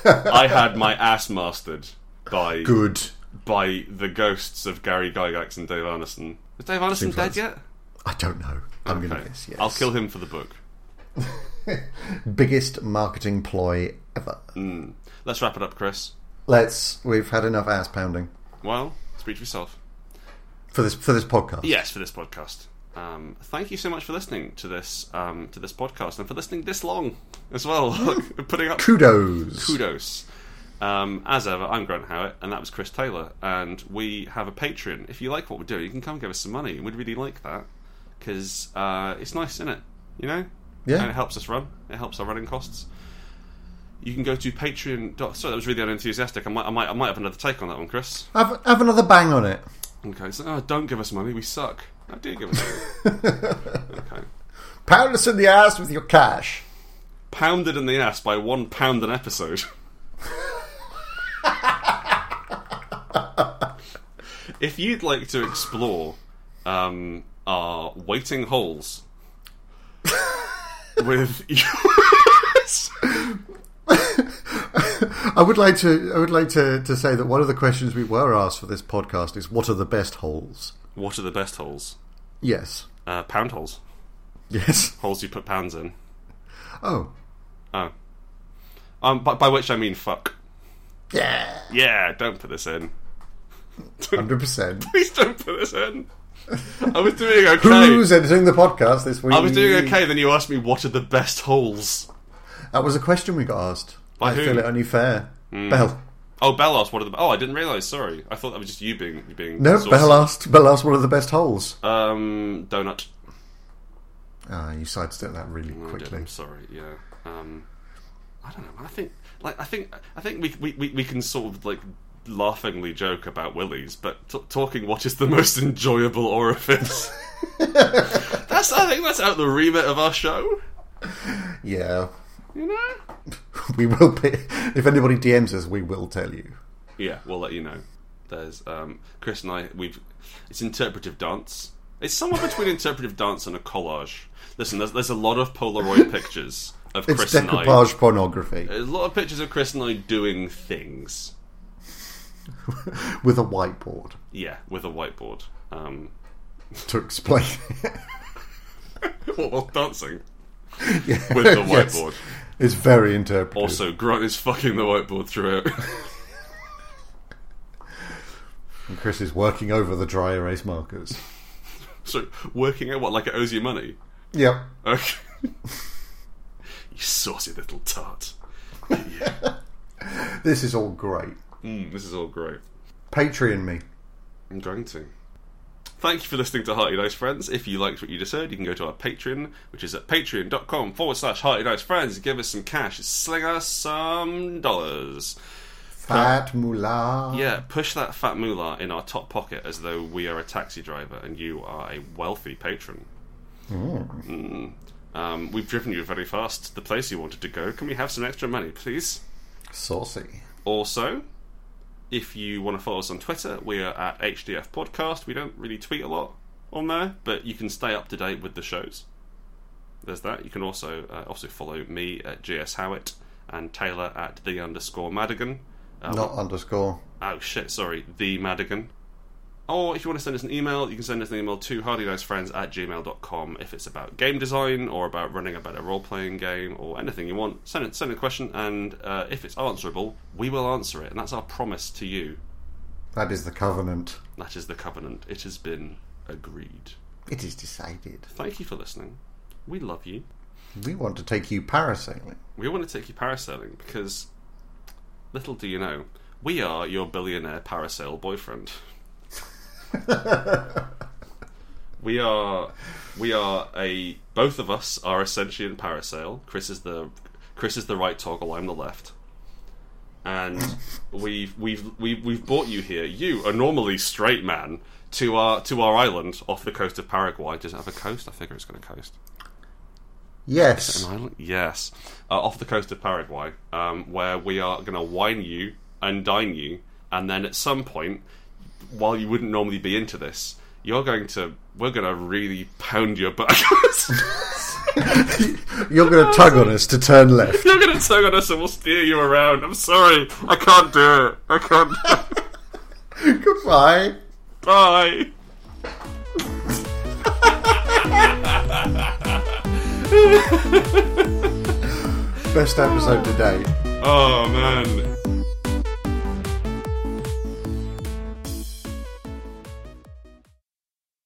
Speaker 1: I had my ass mastered by
Speaker 2: Good.
Speaker 1: by the ghosts of Gary Gygax and Dave Arneson. Is Dave Arneson dead
Speaker 2: that's-
Speaker 1: yet?
Speaker 2: I don't know. I'm going
Speaker 1: Okay.
Speaker 2: to guess yes.
Speaker 1: I'll kill him for the book.
Speaker 2: Biggest marketing ploy ever.
Speaker 1: Let's wrap it up, Chris.
Speaker 2: Let's. We've had enough ass pounding
Speaker 1: Well, speak for yourself.
Speaker 2: for this for this podcast.
Speaker 1: Yes, for this podcast. Um, thank you so much for listening to this um, to this podcast and for listening this long as well. Look, putting up
Speaker 2: Kudos.
Speaker 1: kudos. Um, as ever, I'm Grant Howitt, and that was Chris Taylor. And we have a Patreon. If you like what we're doing, you can come give us some money, and we'd really like that because uh, it's nice, isn't it? You know,
Speaker 2: Yeah.
Speaker 1: And it helps us run. It helps our running costs. You can go to Patreon. dot- Sorry, that was really unenthusiastic. I might, I might, I might have another take on that one, Chris.
Speaker 2: Have have another bang on it.
Speaker 1: Okay, so oh, don't give us money. We suck. I do give us money. okay.
Speaker 2: Pound us in the ass with your cash.
Speaker 1: Pounded in the ass by one pound an episode. if you'd like to explore um, our waiting holes with
Speaker 2: I would like to I would like to, to say that one of the questions we were asked for this podcast is what are the best holes?
Speaker 1: what are the best holes?
Speaker 2: Yes.
Speaker 1: Uh, pound holes.
Speaker 2: Yes.
Speaker 1: Holes you put pounds in.
Speaker 2: Oh.
Speaker 1: Oh, um, by, by which I mean fuck.
Speaker 2: Yeah.
Speaker 1: Yeah, don't put this in.
Speaker 2: Hundred percent.
Speaker 1: Please don't put this in. I was doing okay.
Speaker 2: Who's editing the podcast this week?
Speaker 1: I was doing okay, then you asked me what are the best holes.
Speaker 2: That was a question we got asked.
Speaker 1: By
Speaker 2: I
Speaker 1: who?
Speaker 2: feel it only fair. Bell.
Speaker 1: Oh, Bell asked what are the. Oh, I didn't realise. Sorry, I thought that was just you being you being.
Speaker 2: No,
Speaker 1: saucy.
Speaker 2: Bell asked. Bell asked. What are the best holes?
Speaker 1: Um, donut.
Speaker 2: Ah, you sidestepped that
Speaker 1: No,
Speaker 2: really
Speaker 1: Oh, I didn't.
Speaker 2: quickly.
Speaker 1: I'm sorry. Yeah. Um, I don't know. man. I think like I think I think we we, we, we can sort of like laughingly joke about willies, but t- talking what is the most enjoyable orifice. that's I think that's out the remit of our show.
Speaker 2: Yeah,
Speaker 1: You know.
Speaker 2: we will. Be, if anybody DMs us, we will tell you.
Speaker 1: Yeah, we'll let you know. There's um, Chris and I. We've it's interpretive dance. It's somewhere between interpretive dance and a collage. Listen, there's, there's a lot of Polaroid pictures of
Speaker 2: It's
Speaker 1: Chris and I.
Speaker 2: decoupage pornography
Speaker 1: There's a lot of pictures of Chris and I doing things. Uh,
Speaker 2: with a whiteboard
Speaker 1: Yeah, with a whiteboard. Um,
Speaker 2: to explain.
Speaker 1: well, well, dancing
Speaker 2: Yeah,
Speaker 1: with the
Speaker 2: yes.
Speaker 1: whiteboard.
Speaker 2: It's very interpretive.
Speaker 1: Also, Grant is fucking the whiteboard throughout.
Speaker 2: And Chris is working over the dry erase markers.
Speaker 1: so working out what like it owes you money.
Speaker 2: Yep.
Speaker 1: Okay. you saucy little tart.
Speaker 2: This is all great.
Speaker 1: Mm, this is all great.
Speaker 2: Patreon me.
Speaker 1: I'm going to. Thank you for listening to Hearty Dice Friends. If you liked what you just heard, you can go to our Patreon, which is at patreon.com forward slash Hearty Dice Friends. Give us some cash, sling us some dollars.
Speaker 2: Fat mullah.
Speaker 1: Yeah, push that fat moolah in our top pocket as though we are a taxi driver and you are a wealthy patron. Mm. Um, we've driven you very fast to the place you wanted to go. Can we have some extra money, please?
Speaker 2: Saucy.
Speaker 1: Also, if you want to follow us on Twitter, we are at HDF Podcast. We don't really tweet a lot on there, but you can stay up to date with the shows. There's that. You can also uh, also follow me at GS Howitt and Taylor at the underscore Madigan. Uh,
Speaker 2: Not underscore.
Speaker 1: Oh shit, sorry, the Madigan. Or if you want to send us an email, you can send us an email to hardydicefriends at gmail.com if it's about game design or about running a better role playing game or anything you want. Send it, send a question, and uh, if it's answerable, we will answer it. And that's our promise to you.
Speaker 2: That is the covenant.
Speaker 1: That is the covenant. It has been agreed.
Speaker 2: It is decided.
Speaker 1: Thank you for listening. We love you.
Speaker 2: We want to take you parasailing.
Speaker 1: We want to take you parasailing because, little do you know, we are your billionaire parasail boyfriend. we are, we are a. Both of us are a sentient parasail. Chris is the, Chris is the right toggle. I'm the left. And we've we've we've we've brought you here, you a normally straight man, to our to our island off the coast of Paraguay. Does it have a coast? I figure it's got a coast.
Speaker 2: Yes.
Speaker 1: An island? Yes. Uh, off the coast of Paraguay, um, where we are going to wine you and dine you, and then at some point, while you wouldn't normally be into this, you're going to. We're going to really pound your butt.
Speaker 2: You're going to tug on us to turn left.
Speaker 1: you're going to tug on us and we'll steer you around. I'm sorry. I can't do it. I can't. do it.
Speaker 2: Goodbye.
Speaker 1: Bye.
Speaker 2: Best episode to date.
Speaker 1: Oh man.